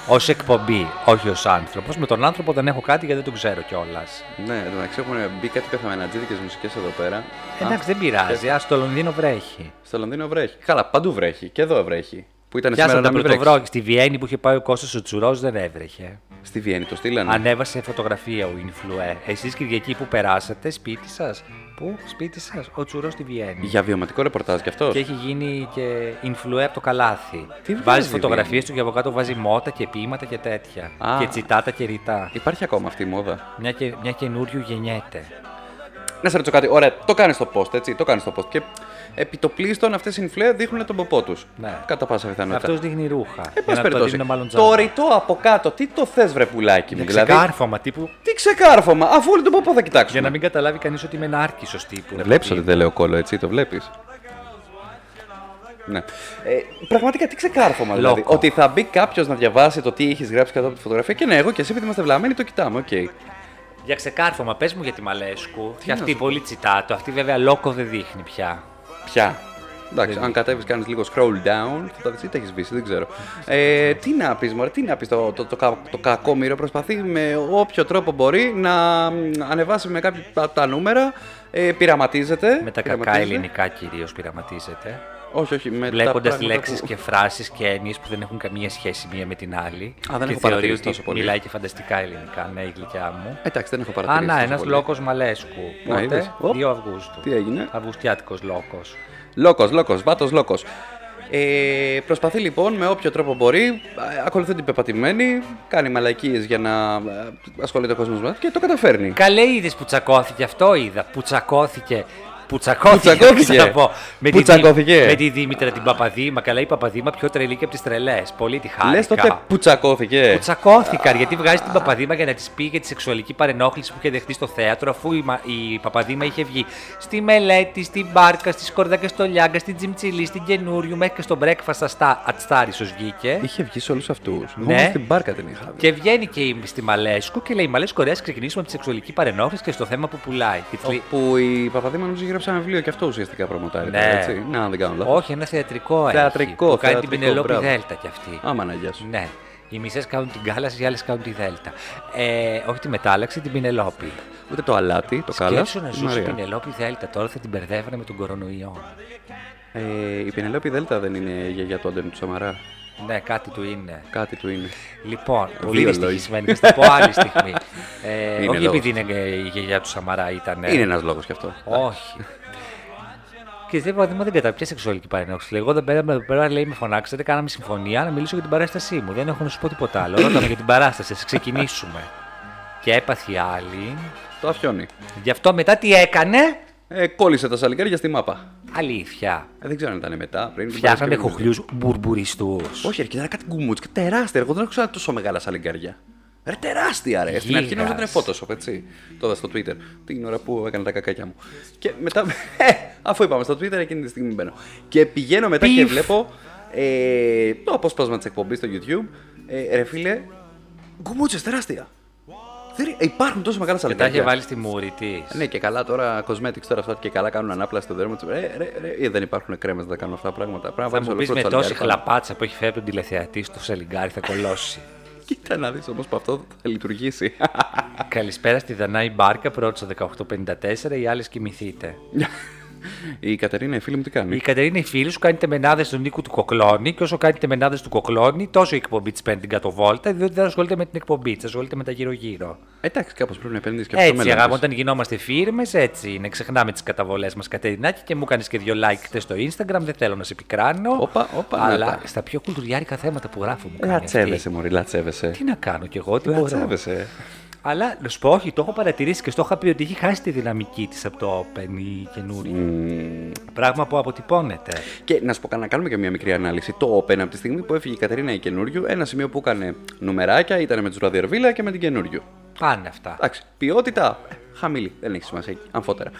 D: Ως εκπομπή, όχι ως άνθρωπος. Με τον άνθρωπο δεν έχω κάτι γιατί δεν τον ξέρω κιόλας.
E: Ναι, εν τω μεταξύ έχουν μπει κάτι πεθαμενατζίδικε μουσικές εδώ πέρα.
D: Ε, Εντάξει,
E: Α,
D: δεν πειράζει.
E: Ε,
D: Α, στο Λονδίνο βρέχει.
E: Στο Λονδίνο βρέχει. Καλά, παντού βρέχει. Και εδώ βρέχει. Που ήταν σήμερα
D: Πιάσα
E: να
D: τα
E: μην βρέξεις.
D: πρωτοβρόκη. Στη Βιέννη που είχε πάει ο Κώστας ο Τσουρός δεν έβρεχε.
E: Στη Βιέννη το στείλανε.
D: Ανέβασε φωτογραφία ο Ινφλουέ. Εσείς Κυριακή που περάσατε, σπίτι σας. Πού, σπίτι σας, ο Τσουρός στη Βιέννη.
E: Για βιωματικό ρεπορτάζ κι αυτός.
D: Και έχει γίνει και Ινφλουέ από το καλάθι.
E: Τι βγάζει,
D: βάζεις φωτογραφίες του και από κάτω βάζει μότα και ποίηματα και τέτοια.
E: Α.
D: Και τσιτάτα και ρητά.
E: Υπάρχει ακόμα αυτή η μόδα.
D: Μια, και, μια καινούριου γεννιέται.
E: Να σε ρωτήσω κάτι. Ωραία, το κάνεις στο post, έτσι. Το κάνεις στο post. Και επί το πλείστον αυτές οι influencer δείχνουν τον ποπό τους.
D: Ναι.
E: Κατά πάσα πιθανότητα.
D: Αυτός δείχνει ρούχα.
E: Ε,
D: Για
E: πάση
D: να το
E: περιπτώσει.
D: δίνουν μάλλον τζάμπα.
E: Το ρητό από κάτω, τι το θες, βρε πουλάκι μου.
D: Για
E: Δηλαδή.
D: ξεκάρφωμα τύπου.
E: Τι ξεκάρφωμα, αφού όλοι τον ποπό θα κοιτάξουν.
D: Για να μην καταλάβει κανείς ότι είμαι ένα άρκισο τύπου. ρε
E: Βλέπεις
D: παιδί
E: Ε, ότι δεν λέω κόλλο, έτσι, το βλέπεις. Ναι. Ε, πραγματικά τι ξεκάρφωμα δηλαδή.
D: Λόκο.
E: Ότι θα μπει κάποιος να διαβάσει το τι έχεις γράψει κάτω από τη φωτογραφία και ναι, εγώ και εσύ επειδή είμαστε βλαμμένοι το κοιτάμε. Οκ.
D: Για ξεκάρφωμα, πες μου για τη Μαλέσκου. Και
E: να
D: αυτή
E: σου
D: πολύ τσιτάτο. Αυτή βέβαια λόκο δεν δείχνει πια.
E: Πια. Εντάξει,
D: Δεν-
E: αν κατέβεις, κάνεις λίγο scroll down, θα τα δεις τι έχει βήσει, δεν ξέρω. Ε, τι να πεις, Μωρέ, τι να πεις. Το, το, το, κα- το κακό μύρο προσπαθεί με όποιο τρόπο μπορεί να μ, ανεβάσει με κάποια τα, τα νούμερα. Ε, πειραματίζεται.
D: Με τα κακά
E: πειραματίζεται.
D: ελληνικά κυρίως πειραματίζεται.
E: Όχι, όχι. Με τα
D: Βλέποντας
E: πράγματα
D: λέξεις
E: που-
D: και φράσεις και έννοιε που δεν έχουν καμία σχέση μία με την άλλη.
E: δεν έχω
D: και θεωρεί
E: παρατηρήσει
D: ότι
E: τόσο πολύ.
D: μιλάει και φανταστικά ελληνικά, ναι, η γλυκιά μου.
E: Εντάξει, δεν έχω
D: Α,
E: παρατηρήσει.
D: να,
E: τόσο
D: ένας
E: πολύ.
D: λόκος Μαλέσκου.
E: Να, είδες.
D: Πότε,
E: Οπ.
D: 2 Αυγούστου.
E: Τι έγινε?
D: Αυγουστιάτικος λόκος.
E: Λόκος, λόκος, βάτος λόκος. Ε, προσπαθεί λοιπόν με όποιο τρόπο μπορεί, α, ακολουθεί την πεπατημένη, κάνει μαλακίες για να ε, ασχολείται ο κόσμος με και το καταφέρνει.
D: Καλέ είδες που τσακώθηκε αυτό, είδα. Που τσακώθηκε. Που τσακώθηκε,
E: τσακώθηκε.
D: ξέρω να πω. Με
E: Που
D: τη Δήμη-
E: τσακώθηκε.
D: με τη Δήμητρα την Παπαδήμα. Καλά, η Παπαδήμα πιο τρελή και από τις τρελές. Πολύ τη χάρηκα.
E: Λες τότε που τσακώθηκε.
D: Που τσακώθηκαν γιατί βγάζει την Παπαδήμα για να της πει για τη σεξουαλική παρενόχληση που είχε δεχτεί στο θέατρο, αφού η, Μα- η Παπαδήμα είχε βγει στη μελέτη, στην μπάρκα, στη σκόρδα και στο λιάγκα, στην τζιμτσιλή, στην καινούριου, μέχρι και στο breakfast αστά, ατσάρισο βγήκε.
E: Είχε βγει σε όλους αυτούς.
D: Ναι.
E: Μόνο στην μπάρκα την είχα δει.
D: Και βγαίνει και η- στη Μαλέσκου και λέει: Μαλέσκου, ωραία, ας ξεκινήσουμε από τη σεξουαλική παρενόχληση και στο θέμα που πουλάει. Και της λέει,
E: Όπου η Παπαδήμα νομίζω γράψε ένα βιβλίο και αυτό ουσιαστικά προμοτάρει.
D: Ναι.
E: τώρα, Έτσι. Να, αν δεν κάνω λάθος.
D: Όχι, ένα θεατρικό έχει,
E: Θεατρικό,
D: που κάνει την
E: θεατρικό,
D: Πινελόπη
E: μπράβο.
D: Δέλτα κι αυτή.
E: Άμα να γεια σου.
D: Ναι. Οι μισές κάνουν την κάλαση, οι άλλες κάνουν τη Δέλτα. Ε, όχι τη μετάλλαξη, την Πινελόπη.
E: Ούτε το αλάτι, το καλά.
D: Σκέψου να ζούσε η Πινελόπη Δέλτα, τώρα θα την μπερδεύανε με τον κορονοϊό.
E: Ε, η Πινελόπη Δέλτα δεν είναι γιαγιά του Αντώνη του Σαμαρά.
D: Ναι, κάτι του είναι.
E: Κάτι του είναι.
D: Λοιπόν, πολύ
E: λόγοι.
D: δυστυχισμένη, θα στα πω άλλη στιγμή. Ε,
E: Είναι
D: όχι
E: λόγος.
D: επειδή είναι ε, η γιαγιά του Σαμαρά ήταν.
E: Είναι ένας λόγος κι αυτό.
D: Ναι. Όχι. Και δεν παραδείγμα δεν καταπιέ σεξουαλική παρενόχληση. Λέει, Εγώ δεν πέρα, εδώ πέρα λέει, με φωνάξατε, κάναμε συμφωνία να μιλήσω για την παράστασή μου. Δεν έχω να σου πω τίποτα άλλο. Ρώταμε για την παράσταση, ας ξεκινήσουμε. και έπαθε η άλλη.
E: Το αφιώνει.
D: Γι' αυτό μετά τι έκανε.
E: Ε, κόλλησε τα σαλιγκάρια στη μάπα.
D: Αλήθεια.
E: Ε, δεν ξέρω αν ήταν μετά, πριν. την
D: Φτιάχνανε
E: Παρασκευή.
D: χοχλιού μπουρμπουριστούς.
E: Όχι, ρε, ήταν κάτι γκουμούτσικα τεράστια. Εγώ δεν έχω ξανά τόσο μεγάλα σαλιγκάρια. Ρε, τεράστια, ρε. Στην αρχή
D: Γίγας.
E: νόμιζα ότι είναι Photoshop, έτσι. Το είδα στο Twitter. Την ώρα που έκανα τα κακάκια μου. Και μετά. Ε, αφού είπαμε στο Twitter, εκείνη τη στιγμή μπαίνω. Και πηγαίνω μετά και
D: Πιφ.
E: βλέπω ε, το απόσπασμα της εκπομπής στο YouTube. Ε, ρε, φίλε, γκουμούτσε τεράστια. Δεν- Υπάρχουν τόσο μεγάλα
D: Και τα είχε
E: σαλαγκάκια.
D: βάλει στη μούρη της.
E: Ναι, και καλά τώρα cosmetics τώρα αυτά και καλά κάνουν ανάπλαση στο δέρμα τους. Ρε, ρε, ρε, ε, δεν υπάρχουν κρέμες να τα κάνουν αυτά τα πράγματα. Πρέπει να
D: Θα
E: βάλεις
D: μου πει με
E: ολόκληρο το
D: τόση
E: σαλιγκάρι πάνω.
D: χλαπάτσα που έχει φέρει τον τηλεθεατή στο σαλιγκάρι θα κολώσει.
E: Κοίτα να δεις όμως που αυτό θα λειτουργήσει.
D: Καλησπέρα στη Δανάη Μπάρκα, πρώτη στο 1854, οι άλλες κοιμηθείτε.
E: Η Κατερίνα, η φίλη μου τι κάνει.
D: Η Κατερίνα, η φίλη σου, κάνει τεμενάδες στον Νίκο του Κοκλώνη και όσο κάνει τεμενάδες του Κοκλώνη, τόσο η εκπομπή της παίρνει την κατοβόλτα, διότι δεν ασχολείται με την εκπομπή της, ασχολείται με τα γύρω-γύρω.
E: Εντάξει, κάπως πρέπει να επενδύσει και αυτό
D: Έτσι, αγάπη, όταν γινόμαστε φίρμες, έτσι είναι. Ξεχνάμε τις καταβολές μας, Κατερινάκη, και μου κάνεις και δύο like χτες στο Instagram. Δεν θέλω να σε πικράνω.
E: Όπα, όπα, ναι, Ε, να
D: αλλά
E: τα.
D: στα πιο κουλτουριάρικα θέματα που γράφω μου κάνει.
E: Λατσέβεσαι,
D: αυτή.
E: Μωρή, λατσέβεσαι.
D: Τι να κάνω κι εγώ, τι μπορώ.
E: Λατσέβεσαι.
D: Αλλά να σου πω, όχι, το έχω παρατηρήσει και στο είχα πει ότι έχει χάσει τη δυναμική της από το Open η
E: Ναι.
D: καινούρια. Πράγμα που αποτυπώνεται.
E: Και να σου πω, να κάνουμε και μια μικρή ανάλυση. Το Open από τη στιγμή που έφυγε η Κατερίνα η καινούριου, ένα σημείο που έκανε νομεράκια ήταν με τους Ραδιερβίλα και με την καινούριου.
D: Πάνε αυτά.
E: Εντάξει, ποιότητα ε, χαμηλή, δεν έχει σημασία, αμφότερα.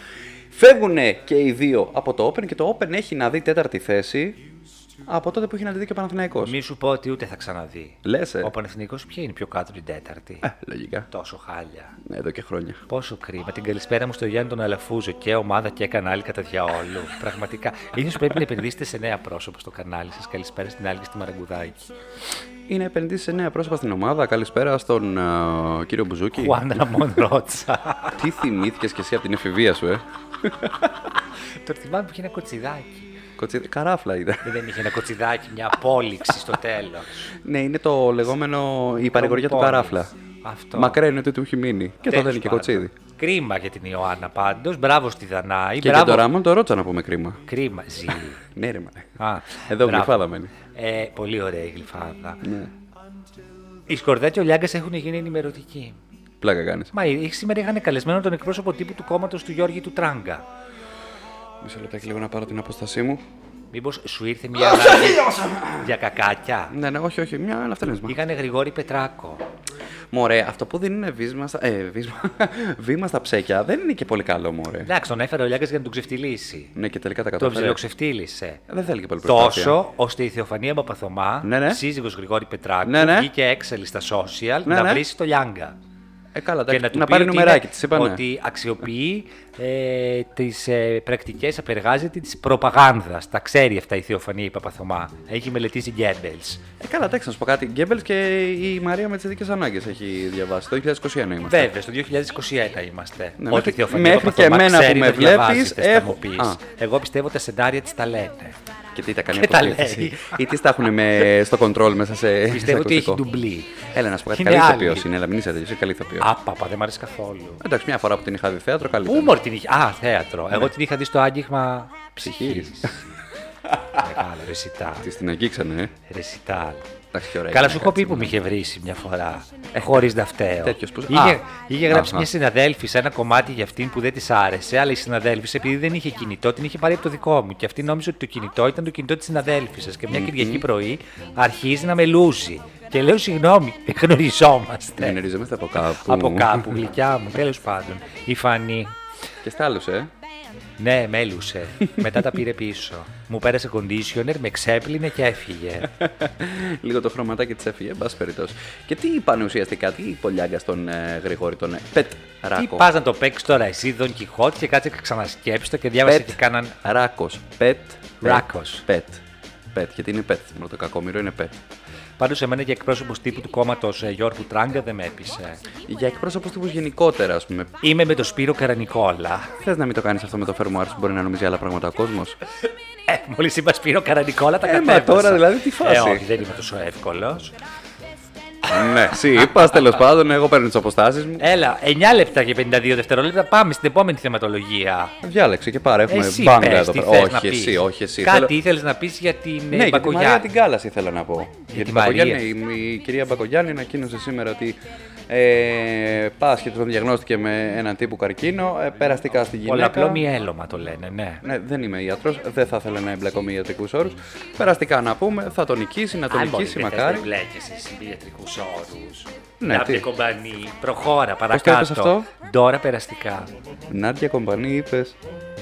E: Φεύγουν και οι δύο από το Open και το Open έχει να δει τέταρτη θέση από τότε που έχει να τη δει και ο Παναθηναϊκός.
D: Μη σου πω ότι ούτε θα ξαναδεί.
E: Λες, ε.
D: Ο Πανεθνικός ποια είναι πιο κάτω την τέταρτη.
E: Ε, λογικά.
D: Τόσο χάλια.
E: Ναι, εδώ και χρόνια.
D: Πόσο κρίμα. Την καλησπέρα μου στο Γιάννη τον Αλαφούζο και ομάδα και κανάλι κατά διαόλου. Πραγματικά. σω πρέπει να επενδύσετε σε νέα πρόσωπα στο κανάλι σας. Καλησπέρα στην άλλη και στη Μαραγκουδάκη.
E: Είναι επενδύσεις σε νέα πρόσωπα στην ομάδα. Καλησπέρα στον ε, κύριο Μπουζούκη.
D: Χουάν Ραμόν Ρότσα.
E: Τι θυμήθηκες και εσύ από την εφηβεία σου, ε.
D: Τώρα θυμάμαι που είχε ένα κοτσιδάκι. Ε,
E: Κοτσί... Καράφλα ήταν.
D: Δεν είχε ένα κοτσιδάκι, μια απόλυξη στο τέλος.
E: ναι, είναι το λεγόμενο. η παρηγοριά του
D: Πόνις.
E: καράφλα.
D: Αυτό.
E: Μακραίνεται ότι του έχει μείνει. Και το λένε και κοτσίδι.
D: Κρίμα για την Ιωάννα πάντως. Μπράβο στη Δανάη.
E: Και για
D: μπράβο.
E: το ράμον το ρώτσα να πούμε κρίμα.
D: Κρίμα. Ζήλη.
E: Ναι, ρε, μα.
D: Α,
E: Εδώ
D: μπράβο.
E: γλυφάδα μένει.
D: Ε, πολύ ωραία η γλυφάδα.
E: Ναι.
D: Οι Σκορδά και ο Λιάγκας έχουν γίνει ενημερωτικοί.
E: Πλάκα κάνεις.
D: Μα ε, σήμερα είχαν καλεσμένο τον εκπρόσωπο τύπου του κόμματος του Γιώργη του Τράγκα.
E: Μισό λεπτάκι λίγο να πάρω την αποστασή μου.
D: Μήπως σου ήρθε μια ανάγκη για κακάκια.
E: Ναι, ναι, όχι, όχι, μια αναφθενέσμα.
D: Είχανε Γρηγόρη Πετράκο.
E: Μωρέ, αυτό που δεν είναι βίσμα στα, ε, βίσμα, βήμα στα ψέκια δεν είναι και πολύ καλό, μωρέ.
D: Εντάξει, τον έφερε ο Λιάγκα για να τον ξεφτυλίσει.
E: Ναι, και τελικά τα
D: Τον
E: κατάφερε.
D: ψιλοξεφτύλισε.
E: Δεν θέλει και πολύ προσπάθεια.
D: Τόσο ώστε η Θεοφανία Παπαθωμά,
E: Ναι, ναι.
D: σύζυγος Γρηγόρη Πετράκου,
E: Ναι, ναι.
D: βγήκε έξαλλη στα social
E: Ναι,
D: να
E: ναι.
D: βρει το Λιάγκα.
E: Ε, καλά,
D: και
E: εντάξει,
D: να του πει
E: πάρει
D: ότι
E: νομεράκι,
D: είναι-
E: τη είπα. ναι.
D: ότι αξιοποιεί ε, τις ε, πρακτικές, απεργάζεται της προπαγάνδας. Τα ξέρει αυτά η Θεοφανία η Παπαθωμά. Έχει μελετήσει Γκέμπελς.
E: Ε, καλά, εντάξει, να σου πω κάτι. Γκέμπελ και η Μαρία με τις ειδικέ ανάγκες έχει διαβάσει. Το 2021 είμαστε.
D: Βέβαια, στο 2021 είμαστε.
E: Ναι,
D: Ό,τι
E: μέχρι-
D: η Θεοφανία
E: μέχρι
D: Παπαθωμά
E: και εμένα
D: ξέρει,
E: που με
D: το
E: βλέπεις,
D: διαβάζετε, θα
E: έχω-
D: μου πεις.
E: Α. Ε,
D: Εγώ πιστεύω τα σεντάρια της τα λένε.
E: Και τι τα κάνει
D: Και τα
E: αποστήθηση.
D: λέει.
E: Ή τι τα έχουν με, στο κοντρόλ μέσα σε. σε
D: Πιστεύω ότι έχει
E: ακουστικό.
D: ντουμπλί.
E: Έλα να σου πω κάτι.
D: Είναι
E: Καλή
D: άλλη.
E: ηθοποιός είναι, αλλά μην είσαι τέτοιος. Είσαι καλή ηθοποιός.
D: Άπαπα, δεν μ' αρέσει καθόλου.
E: Εντάξει, μια φορά που την είχα δει θέατρο, καλή.
D: Πού
E: ήταν.
D: μόρ την είχε. Α, θέατρο.
E: Ναι.
D: Εγώ την είχα δει στο άγγιγμα ψυχής.
E: Ψυχής.
D: Μεγάλο, ρεσιτάλ.
E: Της την αγγίξανε, ε.
D: Ρεσιτάλ.
E: Εντάξει, και ωραία.
D: Καλά, σου
E: γυναίκα,
D: έχω πει
E: έτσι,
D: που με είχε βρήσει μια φορά. Χωρίς να φταίω.
E: Ε, Τέτοιος που- Α.
D: Είχε, είχε γράψει
E: Αχα.
D: μια συναδέλφισα ένα κομμάτι για αυτήν που δεν της άρεσε, αλλά η συναδέλφισα επειδή δεν είχε κινητό, την είχε πάρει από το δικό μου. Και αυτή νόμιζε ότι το κινητό ήταν το κινητό της συναδέλφισα. Και μια Κυριακή πρωί αρχίζει να με λούζει. Και λέω συγγνώμη, δεν γνωριζόμαστε.
E: Γνωριζόμαστε από κάπου.
D: Ναι. Από κάπου, γλυκιά μου, τέλος πάντων. Η Φανή.
E: Και στάλωσε. ε.
D: Ναι, μέλουσε. Μετά τα πήρε πίσω. Μου πέρασε conditioner, με ξέπλυνε και έφυγε.
E: Λίγο το χρωματάκι της έφυγε, εν πάση περιπτώσει. Και τι είπαν ουσιαστικά, τι είπε ο Λιάγκα στον ε, Γρηγόρη, τον ε, Πετ
D: Τι
E: Ράκο.
D: πας να το παίξεις τώρα εσύ, Δον Κιχώτ, και κάτσε και ξανασκέψεις το και διάβασες
E: Πετ.
D: τι κάναν.
E: Ράκος. Πετ.
D: Ράκος.
E: Πετ. Πετ. Γιατί είναι πετ. Μόνο το κακόμοιρο είναι πετ.
D: Πάντως σε μένα και εκπρόσωπο τύπου του κόμματος Γιώργου Τράγκα δεν με έπεισε.
E: Για εκπρόσωπους τύπους γενικότερα, ας πούμε.
D: Είμαι με τον Σπύρο Καρανικόλα.
E: Θες να μην το κάνεις αυτό με το firmware που μπορεί να νομίζει άλλα πράγματα ο κόσμος.
D: Ε, Μόλις είπα Σπύρο Καρανικόλα, τα
E: Ε, μα
D: κατέβασα.
E: τώρα δηλαδή τι φάση.
D: Ε, όχι, δεν είμαι τόσο εύκολος.
E: ναι, εσύ είπας τέλος πάντων, εγώ παίρνω τις αποστάσεις μου.
D: Έλα, 9 λεπτά και 52 δευτερόλεπτα. Πάμε στην επόμενη θεματολογία.
E: Ε, Διάλεξε και πάρε, έχουμε
D: Εσύ
E: μπάγκα
D: πες,
E: εδώ
D: τι
E: πέρα.
D: θες να
E: Όχι,
D: πεις.
E: εσύ, όχι, εσύ.
D: Κάτι
E: Θέλω-
D: ήθελες να πεις για την
E: Ναι,
D: ναι,
E: για τη Μαρία
D: Μπακογιάννη.
E: την Κάλλα ήθελα να πω. Για,
D: τη
E: την
D: Μαρία.
E: Μπακογιάννη, η, η κυρία Μπακογιάννη ανακοίνωσε σήμερα ότι ε, πάσχεται, τον διαγνώστηκε με έναν τύπου καρκίνο, ε, περαστικά στη γυναίκα.
D: Πολλαπλό μυέλωμα το λένε, ναι.
E: Ναι, δεν είμαι ιατρός, δεν θα ήθελα να εμπλέκω με ιατρικούς όρους. Περαστικά να πούμε, θα τον νικήσει, να τον
D: Αν μπορεί
E: νικήσει,
D: να
E: μακάρι.
D: δεν μπλέκεσαι εσύ με ιατρικούς όρους.
E: Ναι,
D: Ναι,
E: τι.
D: τι. κομπανί, προχώρα,
E: το είπες
D: παρακάτω.
E: αυτό?
D: Ντόρα περαστικά.
E: Νάντια Κομπανί, είπες.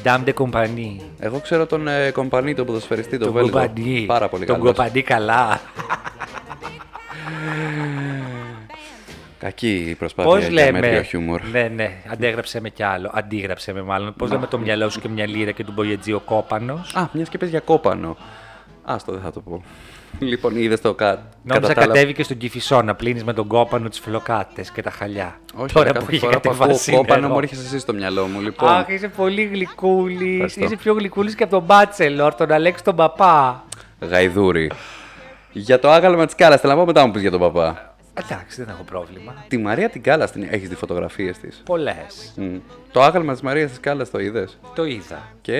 D: Ντάμ ντε κομπανί.
E: Εγώ ξέρω τον ε, Κομπανί, τον ποδοσφαιριστή, τον
D: Τον
E: Βέλγο.
D: κομπανί.
E: Πάρα πολύ
D: Τον
E: καλός.
D: κομπανί καλά.
E: Κακή η προσπάθεια
D: Πώς
E: για
D: λέμε.
E: μέτριο χιούμορ.
D: Ναι, ναι, αντέγραψε με κι άλλο. Αντίγραψε με μάλλον. Πώς λέμε το μυαλό σου και μια λίρα και τον Μπογιατζή ο κόπανος.
E: Α, μιας και πες για κόπανο. Άστο, δεν θα το πω. Λοιπόν, είδες το κα...
D: Νόμιζα
E: κατά τα άλλα-
D: κατέβηκε στον κυφισό να πλύνεις με τον κόπανο τις φλοκάτες και τα χαλιά.
E: Όχι,
D: Τώρα που
E: ρε, κάθε
D: είχε
E: φορά που ακούω
D: κατεβάσει.
E: κόπανο
D: νερό.
E: μου έρχεσαι εσύ στο μυαλό μου. Λοιπόν,
D: Αχ, είσαι πολύ γλυκούλη.
E: Ευχαριστώ.
D: Είσαι πιο γλυκούλης και από τον Μπάτσελορ, τον Αλέξη τον Παπά.
E: γαϊδούρι. για το άγαλμα της Κάλας, θέλω να πω μετά μου πεις για τον παπά.
D: Εντάξει, δεν έχω πρόβλημα.
E: Τη Μαρία την Κάλα την έχεις δει φωτογραφίες της.
D: Πολλές.
E: Το άγαλμα της Μαρίας της Κάλας το είδες.
D: Το είδα.
E: Και.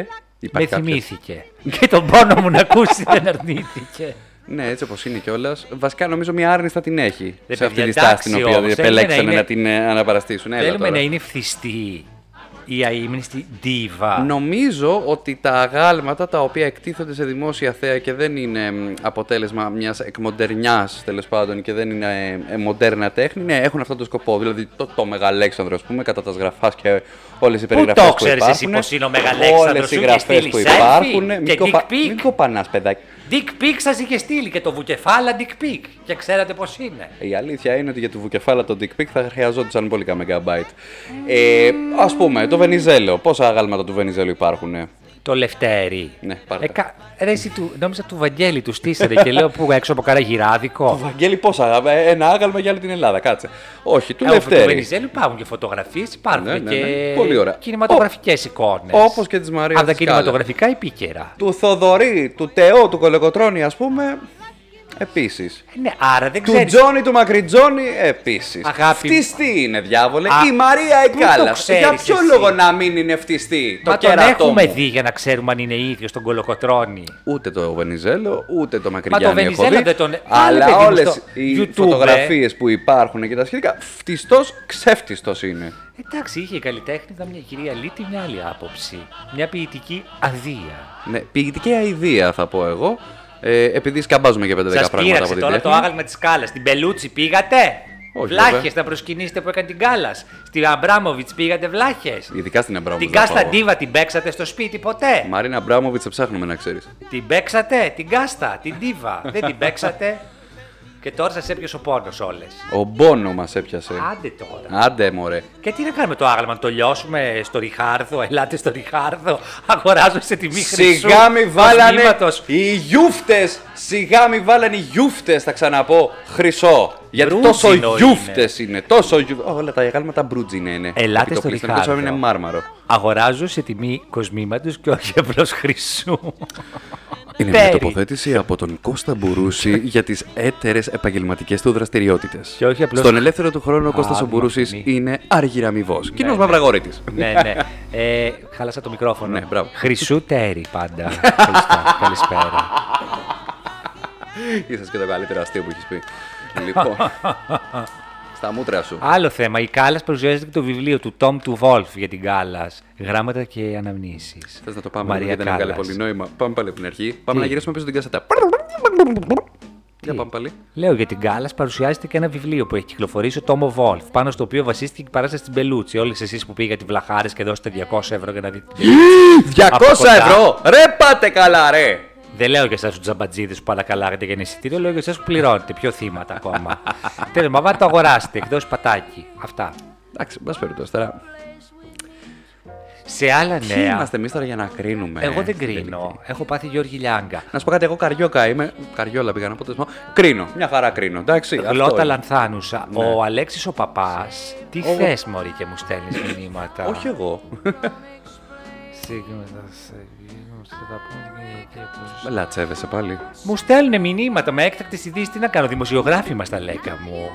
D: Με
E: Υπάρχει κάποιος-
D: θυμήθηκε. Και τον πόνο μου να ακούσει δεν αρνήθηκε.
E: Ναι, έτσι όπως είναι κιόλας. Βασικά νομίζω μια άρνηση θα την έχει.
D: Ρε,
E: σε αυτή
D: παιδιά,
E: τη στάση την
D: εντάξει,
E: οποία
D: όμως,
E: επέλεξαν
D: θέλουμε
E: να,
D: να είναι-
E: την ε, αναπαραστήσουν. Έλα
D: Θέλουμε
E: τώρα.
D: να είναι φθιστή η αείμνηστη ντίβα.
E: Νομίζω ότι τα αγάλματα τα οποία εκτίθονται σε δημόσια θέα και δεν είναι μ, αποτέλεσμα μιας εκμοντερνιάς τέλος πάντων και δεν είναι ε, ε, μοντέρνα τέχνη, ναι, έχουν αυτό το σκοπό. Δηλαδή το, το Μεγαλέξανδρος, ας πούμε, κατά τα σγραφάς και όλες οι περιγραφέ
D: το
E: που
D: ξέρεις εσύ
E: υπάρχουν.
D: πως είναι ο Μεγαλέξανδρος,
E: Όλες οι
D: σου είχε
E: γραφές
D: στείλει
E: που
D: selfie
E: υπάρχουν.
D: και
E: Μην
D: dick
E: κοπα-
D: pic.
E: Μην κοπανάς, παιδάκι.
D: Dick pic σας είχε στείλει και το βουκεφάλα dick pic. Και ξέρατε πώς είναι.
E: Η αλήθεια είναι ότι για τη βουκεφάλα το dick pic θα χρειαζόντουσαν πολύ κα μεγαμπάιτ. Ε, Ας πούμε, το Βενιζέλο. Πόσα αγάλματα του Βενιζέλου υπάρχουν. ε?
D: Το Λευτέρι. Ε,
E: Ναι, πάρε τα.
D: κα... Ρε εσύ του, νόμιζα του Βαγγέλη του στήσατε και λέω που έξω από
E: Ο
D: καραγυράδικο.
E: Βαγγέλη πόσα, ε, ένα άγαλμα για όλη την Ελλάδα, κάτσε. Όχι, του
D: Ε, από το
E: Λευτέρη.
D: Βενιζέλου υπάρχουν και φωτογραφίες, υπάρχουν
E: Ναι, ναι, ναι.
D: και
E: Πολύ ωραία.
D: κινηματογραφικές εικόνες.
E: Όπως και της Μαρίας
D: Από τα
E: της Κάλλας.
D: κινηματογραφικά επίκαιρα.
E: Του Θοδωρή, του Τεό, του Κολοκοτρώνη, ας πούμε, επίσης.
D: Ε, Ναι, άρα δεν
E: Του
D: ξέρεις.
E: Τζόνι, του Μακριτζόνι, επίσης.
D: Αγάπη
E: Φτιστή είναι, διάβολε.
D: Α,
E: Η Μαρία
D: πού
E: Εκάλα.
D: το ξέρεις
E: Για ποιο
D: εσύ?
E: λόγο να μην είναι φτιστή το
D: Μα τον
E: κέρατό
D: έχουμε
E: μου.
D: δει για να ξέρουμε αν είναι ίδιος τον Κολοκοτρόνη.
E: Ούτε το Βενιζέλο, ούτε
D: Μα
E: το Μακριτζόνι.
D: το Βενιζέλο δεν τον. Άλλε,
E: Αλλά
D: παιδί μου,
E: όλες
D: στο
E: οι
D: YouTube,
E: φωτογραφίες που υπάρχουν και τα σχετικά, φτιστός ξεύτιστο είναι.
D: ε. Εντάξει, είχε η καλλιτέχνηδα μια κυρία Λίτη μια άλλη άποψη. Μια ποιητική αδεία.
E: Ναι, ποιητική αηδία θα πω εγώ. Ε, επειδή σκαμπάζουμε και 5-10
D: Σας
E: πράγματα από
D: πείραξε
E: την
D: τώρα
E: τέχνη.
D: το άγαλμα της Κάλλα. Στην Πελούτσι πήγατε.
E: Όχι,
D: Βλάχες
E: βέβαια.
D: να προσκυνήσετε που έκανε την Κάλλας. Στην Αμπράμοβιτ πήγατε βλάχες.
E: Ειδικά στην Αμπράμοβιτ.
D: Την
E: θα πάω.
D: Κασταντίβα την παίξατε στο σπίτι ποτέ.
E: Μαρίνα Αμπράμοβιτ, σε ψάχνουμε να ξέρεις.
D: Την παίξατε, την Κάστα, την Ντίβα. Δεν την παίξατε. Και τώρα σας έπιασε ο πόνος όλες.
E: Ο Μπόνο μας έπιασε.
D: Άντε τώρα.
E: Άντε, μωρέ.
D: Και τι να κάνουμε το άγαλμα, να το λιώσουμε στο Ριχάρδο, ελάτε στο Ριχάρδο, αγοράζουμε σε τιμή χρυσού.
E: Σιγά μη βάλανε
D: κοσμήματος.
E: οι γιούφτες! Σιγά μη βάλανε οι γιούφτες, θα ξαναπώ. Χρυσό. Γιατί
D: Μπρούτζινο
E: τόσο
D: είναι.
E: γιούφτες είναι. Τόσο γιούφτε. Όλα τα εγάλματα μπρούτζινα είναι.
D: Ελάτε στο
E: Απεικοκλειστά. Εκτός
D: Ριχάρδο.
E: αν είναι μάρμαρο.
D: Αγοράζω σε τιμή κοσμήματος και όχι απλώς χρυσού.
E: Είναι μια
D: Τέρι.
E: τοποθέτηση από τον Κώστα Μπουρούση για τις έτερες επαγγελματικές του δραστηριότητες.
D: Και όχι απλώς-
E: Στον ελεύθερο του χρόνο ο Κώστα
D: Α,
E: Μπουρούση
D: μαυρινή.
E: είναι αργυραμιβός. Κοινό
D: ναι.
E: μαυραγόρητης.
D: ναι, ναι. Ε, χάλασα το μικρόφωνο.
E: Ναι, μπράβο.
D: Χρυσού τέρι πάντα. Ευχαριστώ. Καλησπέρα.
E: Είσαι και το καλύτερο αστείο που έχεις πει. Λοιπόν. Στα μούτρα σου.
D: Άλλο θέμα. Η Κάλλας παρουσιάζεται και το βιβλίο του Τόμ του Βόλφ για την Κάλλας. Γράμματα και αναμνήσεις.
E: Θες να το πάμε λίγο, γιατί δεν έβγαλε πολύ νόημα. Πάμε πάλι από την αρχή. Πάμε
D: Τι?
E: να γυρίσουμε πίσω την κασέτα. Για πάμε πάλι.
D: Λέω για την Κάλλας παρουσιάζεται και ένα βιβλίο που έχει κυκλοφορήσει ο Τόμο Βόλφ, πάνω στο οποίο βασίστηκε η παράσταση στην Πελούτσι. Όλες εσείς που πήγατε βλαχάρες και δώσετε 200 ευρώ για να δείτε. την Πελούτσι.
E: 200
D: Από κοντά.
E: ευρώ! Ρε πάτε καλά, ρε!
D: δεν λέω για εσάς τους τζαμπατζίδες που παρακαλάγατε για ένα εισιτήριο, λέω για εσάς που πληρώνετε. Πιο θύματα ακόμα. Τέλος, μα βάτε το αγοράσετε, εκτό πατάκι. Αυτά.
E: Εντάξει, μα περιπτώσει τώρα.
D: Σε άλλα
E: Ποιοι
D: νέα.
E: είμαστε εμείς τώρα για να κρίνουμε.
D: Ναι,
E: ε,
D: Εγώ δεν
E: στην
D: κρίνω. Έχω πάθει Γιώργη Λιάγκα.
E: Να σου πω κάτι, εγώ καριόκα είμαι. Καριόλα πήγα να πω τεσμό. Κρίνω. Μια χαρά κρίνω. Εντάξει. αυτό
D: Γλώτα
E: είναι.
D: λανθάνουσα.
E: Ναι.
D: Ο Αλέξης ο παπάς, τι
E: Ο-
D: θες, Μωρή, και μου στέλνεις μηνύματα.
E: Όχι εγώ.
D: Σύγχρονα σε βγαίνω, σε τα πόδια και προς-
E: Με λατσεύεσαι πάλι.
D: Μου στέλνουν μηνύματα με έκτακτε ειδήσει. Τι να κάνω, δημοσιογράφοι μας τα λέκα μου.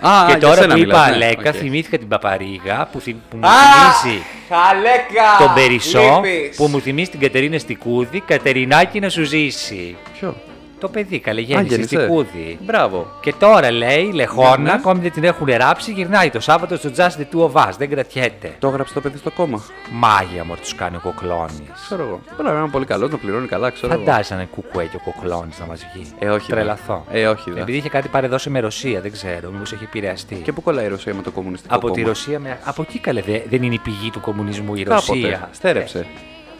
E: Α,
D: και
E: για
D: τώρα
E: σένα
D: που είπα
E: μιλάς, ναι,
D: Αλέκα,
E: οκ.
D: θυμήθηκα την Παπαρίγα που, θυ- που μου
E: Α,
D: θυμίζει
E: Αλέκα!
D: τον Περισσό,
E: λείπεις.
D: που μου θυμίζει την Κατερίνα Στικούδη. Κατερινάκι να σου ζήσει.
E: Ποιο?
D: Το παιδί, καλέ,
E: Α,
D: γέννησε
E: γέννησε.
D: Στικούδη.
E: Μπράβο.
D: Και τώρα λέει, λεχόνα,
E: Ναι, ναι.
D: ακόμη δεν την έχουν ράψει, γυρνάει το Σάββατο στο Just the Two of Us. Δεν κρατιέται.
E: Το έγραψε το παιδί στο κόμμα.
D: Μάγια μου τους κάνει ο κοκλώνης.
E: Ξέρω εγώ. Πρέπει να είναι πολύ καλό, τον πληρώνει καλά, ξέρω εγώ.
D: Φαντάζεσαι να είναι κουκουέ και ο κοκλώνης να μας βγει.
E: Ε, όχι, δε.
D: Τρελαθώ.
E: Ε, όχι, δε.
D: Επειδή είχε κάτι παρεδώσει με Ρωσία, δεν ξέρω, μήπως έχει επηρεαστεί.
E: Και πού κολλάει η Ρωσία με το κομμουνιστικό
D: από
E: κόμμα.
D: τη Ρωσία με. Από εκεί καλέ, δε- δεν είναι η πηγή του κομμουνισμού η
E: Κάποτε.
D: Ρωσία.
E: Στέρεψε.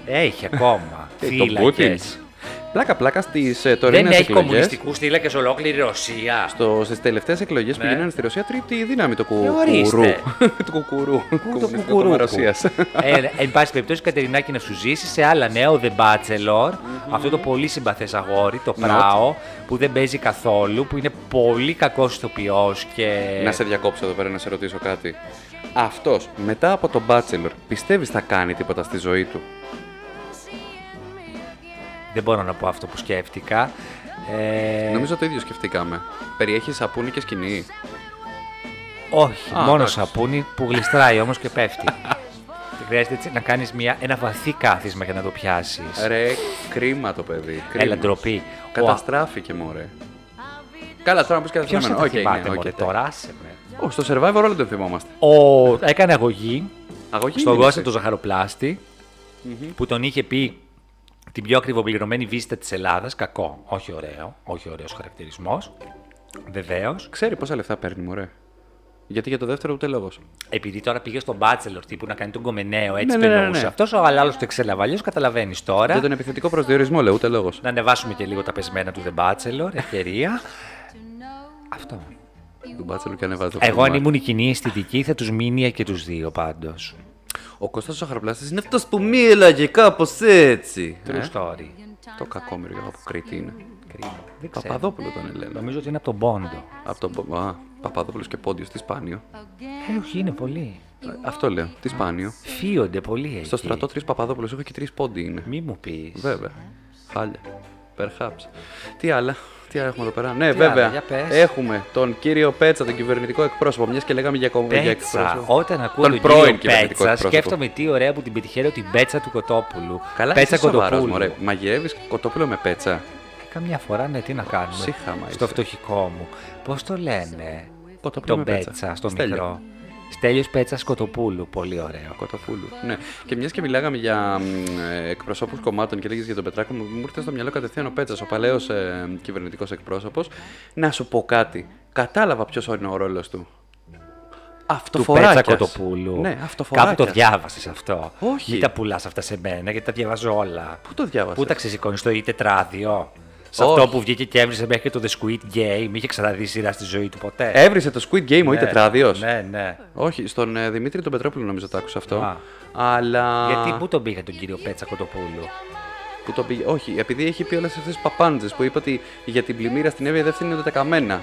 D: Ε, Έχει ακόμα.
E: Ε, τον
D: Φύλακε.
E: Πούτιν. Πλάκα-πλάκα στις ε,
D: Δεν
E: τωρινέ
D: έχει
E: εκλογές.
D: κομμουνιστικούς στήλα και σε ολόκληρη Ρωσία.
E: Στις τελευταίες εκλογές
D: Ναι.
E: πηγαίνανε στη Ρωσία τρίτη δύναμη το
D: Ε,
E: κουκουρού.
D: ορίστε.
E: του κουκουρού.
D: Το
E: Κομμουνιστικό
D: κουκουρούκου.
E: κόμμα Ρωσίας.
D: ε, εν πάση περιπτώσει, η Κατερινάκη να σου ζήσει σε άλλα νέα, ο The Bachelor, αυτό το πολύ συμπαθές αγόρι, το
E: Mm-hmm. Not.
D: πράο, που δεν παίζει καθόλου, που είναι πολύ κακός ηθοποιός και.
E: Να σε διακόψω εδώ πέρα να σε ρωτήσω κάτι. Αυτός μετά από τον Bachelor πιστεύεις θα κάνει τίποτα στη ζωή του.
D: Δεν μπορώ να πω αυτό που σκέφτηκα. Ε,
E: Νομίζω το ίδιο σκεφτήκαμε. Περιέχει σαπούνι και σκηνή.
D: Όχι,
E: Α,
D: μόνο
E: εντάξει.
D: σαπούνι που γλιστράει όμως και πέφτει. Και Χρειάζεται έτσι να κάνεις ένα βαθύ κάθισμα για να το πιάσεις.
E: Ρε, κρίμα το παιδί. Κρίμα.
D: Έλα, ντροπή.
E: Καταστράφηκε, μωρέ. Καλά, τώρα που
D: Ποιο θα
E: σκέφτεσαι.
D: τα θυμάται μωρέ, τώρα, άσε με.
E: ναι, Ω, στο survivor όλο τον θυμόμαστε.
D: Ο... Έκανε αγωγή
E: Αγωγή.
D: στον
E: είναι
D: Κώστα
E: αυτή.
D: τον ζαχαροπλαστη που τον είχε πει την πιο ακριβοπληρωμένη βίστα της Ελλάδας, κακό, όχι ωραίο, όχι ωραίος χαρακτηρισμός, βεβαίως.
E: Ξέρει πόσα λεφτά παίρνει, μωρέ. Γιατί για το δεύτερο ούτε λόγος.
D: Επειδή τώρα πήγε στον Bachelor τύπου να κάνει τον κομμενέο, έτσι
E: Ναι, ναι, ναι,
D: περνούσε
E: ναι.
D: αυτός, ο άλλος το εξέλαβε αλλιώς, καταλαβαίνεις τώρα.
E: Για τον επιθετικό προσδιορισμό, λέω, ούτε λόγος.
D: Να ανεβάσουμε και λίγο τα πεσμένα του The Bachelor, ευκαιρία. Αυτό.
E: Του μπάτσελου και ανεβάζει το
D: Εγώ αν
E: φράγμα.
D: ήμουν η κοινή αισθητική θα τους μείνει και τους δύο πάντως.
E: Ο Κώστας ο Χαραπλάστης είναι αυτός που μίλαγε κάπως έτσι. Ε,
D: True story.
E: Το κακόμοιρο από Κρήτη είναι.
D: Κρίμα. Δεν ξέρω.
E: Παπαδόπουλο τον Ελένα.
D: Νομίζω ότι είναι από τον Πόντο.
E: Από τον Πο- Α, Παπαδόπουλος και Πόντιος, τι σπάνιο.
D: Ε, όχι, είναι πολύ.
E: Ε, Αυτό λέω, τι σπάνιο.
D: Φύονται πολύ εκεί.
E: Στο στρατό τρεις Παπαδόπουλος, έχω και τρεις Πόντι είναι.
D: Μη μου πεις.
E: Βέβαια. Χάλια. Perhaps. Τι άλλα. Τι άλλα έχουμε εδώ πέρα. Ναι,
D: Τι άλλα,
E: βέβαια.
D: για πες.
E: Έχουμε τον κύριο Πέτσα, τον κυβερνητικό εκπρόσωπο. Μιας και λέγαμε για κομμάτια
D: Πέτσα. Όταν ακούω
E: Τον
D: τον,
E: πρώην
D: κύριο
E: κυβερνητικό
D: Πέτσα,
E: εκπρόσωπο.
D: σκέφτομαι τι ωραία που την πετυχαίνω την Πέτσα του Κοτόπουλου.
E: Καλά,
D: Πέτσα
E: πέτσα σοβαρός,
D: Κοτοπούλου.
E: μωρέ. Μαγειρεύεις κοτόπουλο με πέτσα.
D: Ε, Καμιά φορά, ναι, τι να κάνουμε.
E: Ψύχαμα
D: στο
E: είσαι.
D: φτωχικό μου. Πώς το λένε.
E: Κοτόπουλο
D: τον
E: με
D: Πέτσα,
E: πέτσα.
D: στο
E: Στέλιο.
D: μικρό. Στέλιος Πέτσα Κοτοπούλου. Πολύ ωραίο.
E: Κοτοφούλου. Ναι. Και μιας και μιλάγαμε για μ, ε, εκπροσώπους κομμάτων και λέγε για τον Πετράκο, μου μου ήρθε στο μυαλό κατευθείαν ο Πέτσας, ο παλαιός ε, κυβερνητικός εκπρόσωπος. Να σου πω κάτι. Κατάλαβα ποιος είναι ο ρόλος του.
D: Του Πέτσα
E: Αυτοφοράκιας.
D: Κοτοπούλου.
E: Ναι,
D: Κάπου
E: αυτοφοράκιας.
D: το διάβασες αυτό.
E: Όχι.
D: Μην τα πουλάς αυτά σε μένα γιατί τα διαβάζω όλα.
E: Πού το διάβασες?
D: Πού τα ξεσηκώνεις το ή τετράδιο. Σε
E: Όχι.
D: αυτό που βγήκε και έβρισε μέχρι και το The Squid Game. Είχε ξαναδεί σειρά στη ζωή του ποτέ.
E: Έβρισε το Squid Game, ο ή τετράδιο.
D: Ναι, ναι.
E: Όχι, στον ε, Δημήτρη τον Πετρόπουλο νομίζω το άκουσα αυτό.
D: Α.
E: Αλλά.
D: Γιατί πού τον πήγα τον κύριο Πέτσα Κοτοπούλου.
E: Που το πήγε... Όχι, επειδή έχει πει όλες αυτές τις παπάντζες που είπε ότι για την πλημμύρα στην Εύη δεν φτύνονται τα καμένα.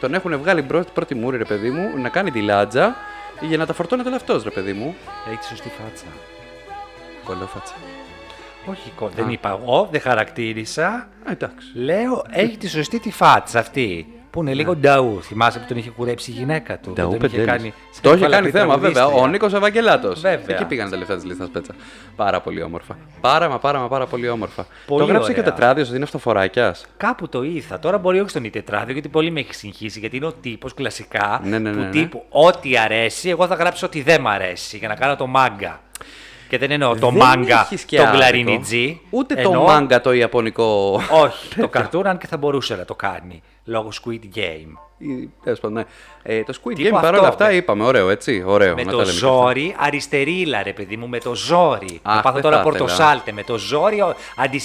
E: Τον έχουν βγάλει πρώτη, πρώτη μούρη, ρε παιδί μου, να κάνει τη λάτζα για να τα φορτώνεται όλο αυτός, ρε παιδί μου.
D: Έχει τη σωστή φάτσα.
E: Κολόφατσα.
D: Όχι, κο- δεν είπα εγώ, δεν χαρακτήρισα.
E: Α, εντάξει.
D: Λέω, έχει τη σωστή τη φάτσα αυτή. Που είναι λίγο νταού. Θυμάσαι που τον είχε κουρέψει η γυναίκα του.
E: Νταού
D: που τον είχε
E: Πεντέλης.
D: κάνει.
E: Το είχε
D: έβαλε
E: κάνει
D: τη
E: θέμα, βέβαια. Ο
D: τραγουδίστρια.
E: Νίκος Ευαγγελάτος.
D: Βέβαια.
E: Εκεί πήγαν τα λεφτά της λίστα πέτσα. Πάρα πολύ όμορφα. Πάρα μα πάρα μα πάρα πολύ όμορφα.
D: Πολύ
E: το γράψε και ο
D: ωραία.
E: τετράδιος ότι είναι αυτοφοράκιας.
D: Κάπου το είδα. Τώρα μπορεί όχι στον Ιτετράδιο, γιατί πολύ με έχει συγχύσει. Γιατί είναι ο τύπος κλασικά
E: Ναι, ναι, ναι,
D: του
E: ναι.
D: τύπου ό,τι αρέσει, εγώ θα γράψω ό,τι δεν μ' αρέσει για να κάνω το μάγκα. Και δεν εννοώ το
E: Δεν
D: μάγκα,
E: έχεις και
D: τον
E: άδικο.
D: κλαρινιτζή.
E: Ούτε το
D: εννοώ-
E: μάγκα το ιαπωνικό.
D: Όχι, το καρτούν αν και θα μπορούσε να το κάνει λόγω Squid Game.
E: Ή, τέλος πάντων, ναι. Ε, το Squid
D: Τύπου
E: Game παρόλα
D: αυτό,
E: αυτά
D: με-
E: είπαμε. Ωραίο, έτσι. Ωραίο.
D: με
E: να
D: το
E: τα λέμε και αυτά.
D: ζόρι, αριστερίλα ρε παιδί μου, με το ζόρι.
E: Αχ,
D: Να πάθω
E: δεν
D: τώρα
E: θα ήθελα.
D: πορτοσάλτε, με το ζόρι, ο-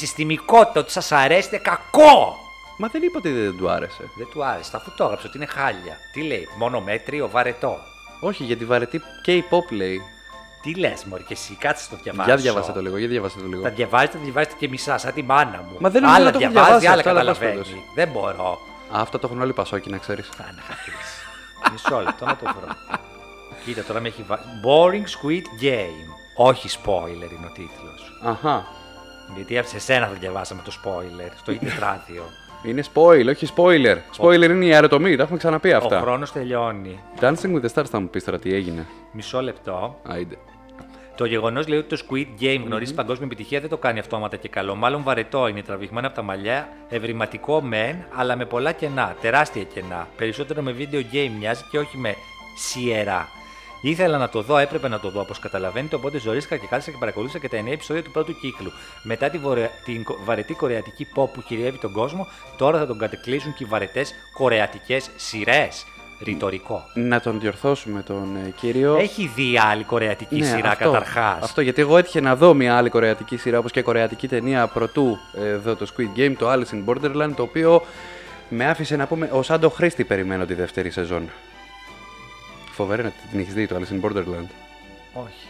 D: αντισυστημικότητα, ότι σας αρέσει, είναι κακό.
E: Μα δεν είπα ότι δεν του άρεσε.
D: Δεν του άρεσε, αφού το έγραψε ότι είναι χάλια. Τι λέει, μόνο μέτριο, βαρετό.
E: Όχι, για τη βαρετή K-pop λέει.
D: Τι λες μωρή και εσύ, κάτσε το διαβάσω.
E: Για διαβάσε το λίγο, για διαβάσε το λίγο.
D: Τα διαβάζετε, τα διαβάζετε και μισά, σαν τη μάνα μου.
E: Μα δεν νομίζω
D: άλλα
E: να το έχω
D: διαβάζει,
E: διαβάσει
D: άλλα
E: αυτά, αλλά
D: καταλαβαίνει.
E: πάντως.
D: Δεν μπορώ.
E: Α, αυτά το έχουν όλοι πασόκι, να ξέρεις.
D: Θα αναχαθείς. Μισό λεπτό να το βρω. Κοίτα, τώρα με έχει βάλει. Boring Squid Game. Όχι spoiler είναι ο τίτλος.
E: Αχά.
D: Γιατί σε σένα θα διαβάσαμε το spoiler, στο ίδιο τράδιο.
E: Είναι spoil, όχι spoiler. Spoiler είναι η αεροτομή, τα έχουμε ξαναπεί
D: Ο
E: αυτά.
D: χρόνος τελειώνει.
E: Dancing with the Stars θα μου πεις τώρα τι έγινε.
D: Μισό λεπτό.
E: Άιντε.
D: Το γεγονός λέει ότι το Squid Game γνωρίζει παγκόσμια επιτυχία δεν το κάνει αυτόματα και καλό. Μάλλον βαρετό είναι, τραβηγμένο από τα μαλλιά, ευρηματικό μεν, αλλά με πολλά κενά, τεράστια κενά. Περισσότερο με video game μοιάζει και όχι με σιερά. Ήθελα να το δω, έπρεπε να το δω, όπως καταλαβαίνετε. Οπότε ζωρίστηκα και κάθισα και παρακολούθησα και τα 9 επεισόδια του πρώτου κύκλου. Μετά τη βορε- την κο- βαρετή κορεατική pop που κυριεύει τον κόσμο, τώρα θα τον κατεκλείσουν και οι βαρετές κορεατικές σειρές. Ρητορικό.
E: Να τον διορθώσουμε τον ε, κύριο.
D: Έχει δει άλλη κορεατική
E: Ναι,
D: σειρά
E: αυτό,
D: καταρχάς.
E: Αυτό γιατί εγώ έτυχε να δω μια άλλη κορεατική σειρά όπως και κορεατική ταινία πρωτού ε, δω το Squid Game, το Alice in Borderland, το οποίο με άφησε να πούμε ω άντο χρήστη περιμένω τη δεύτερη σεζόν. Φοβερή να την έχεις δει το Alice in Borderland.
D: Όχι.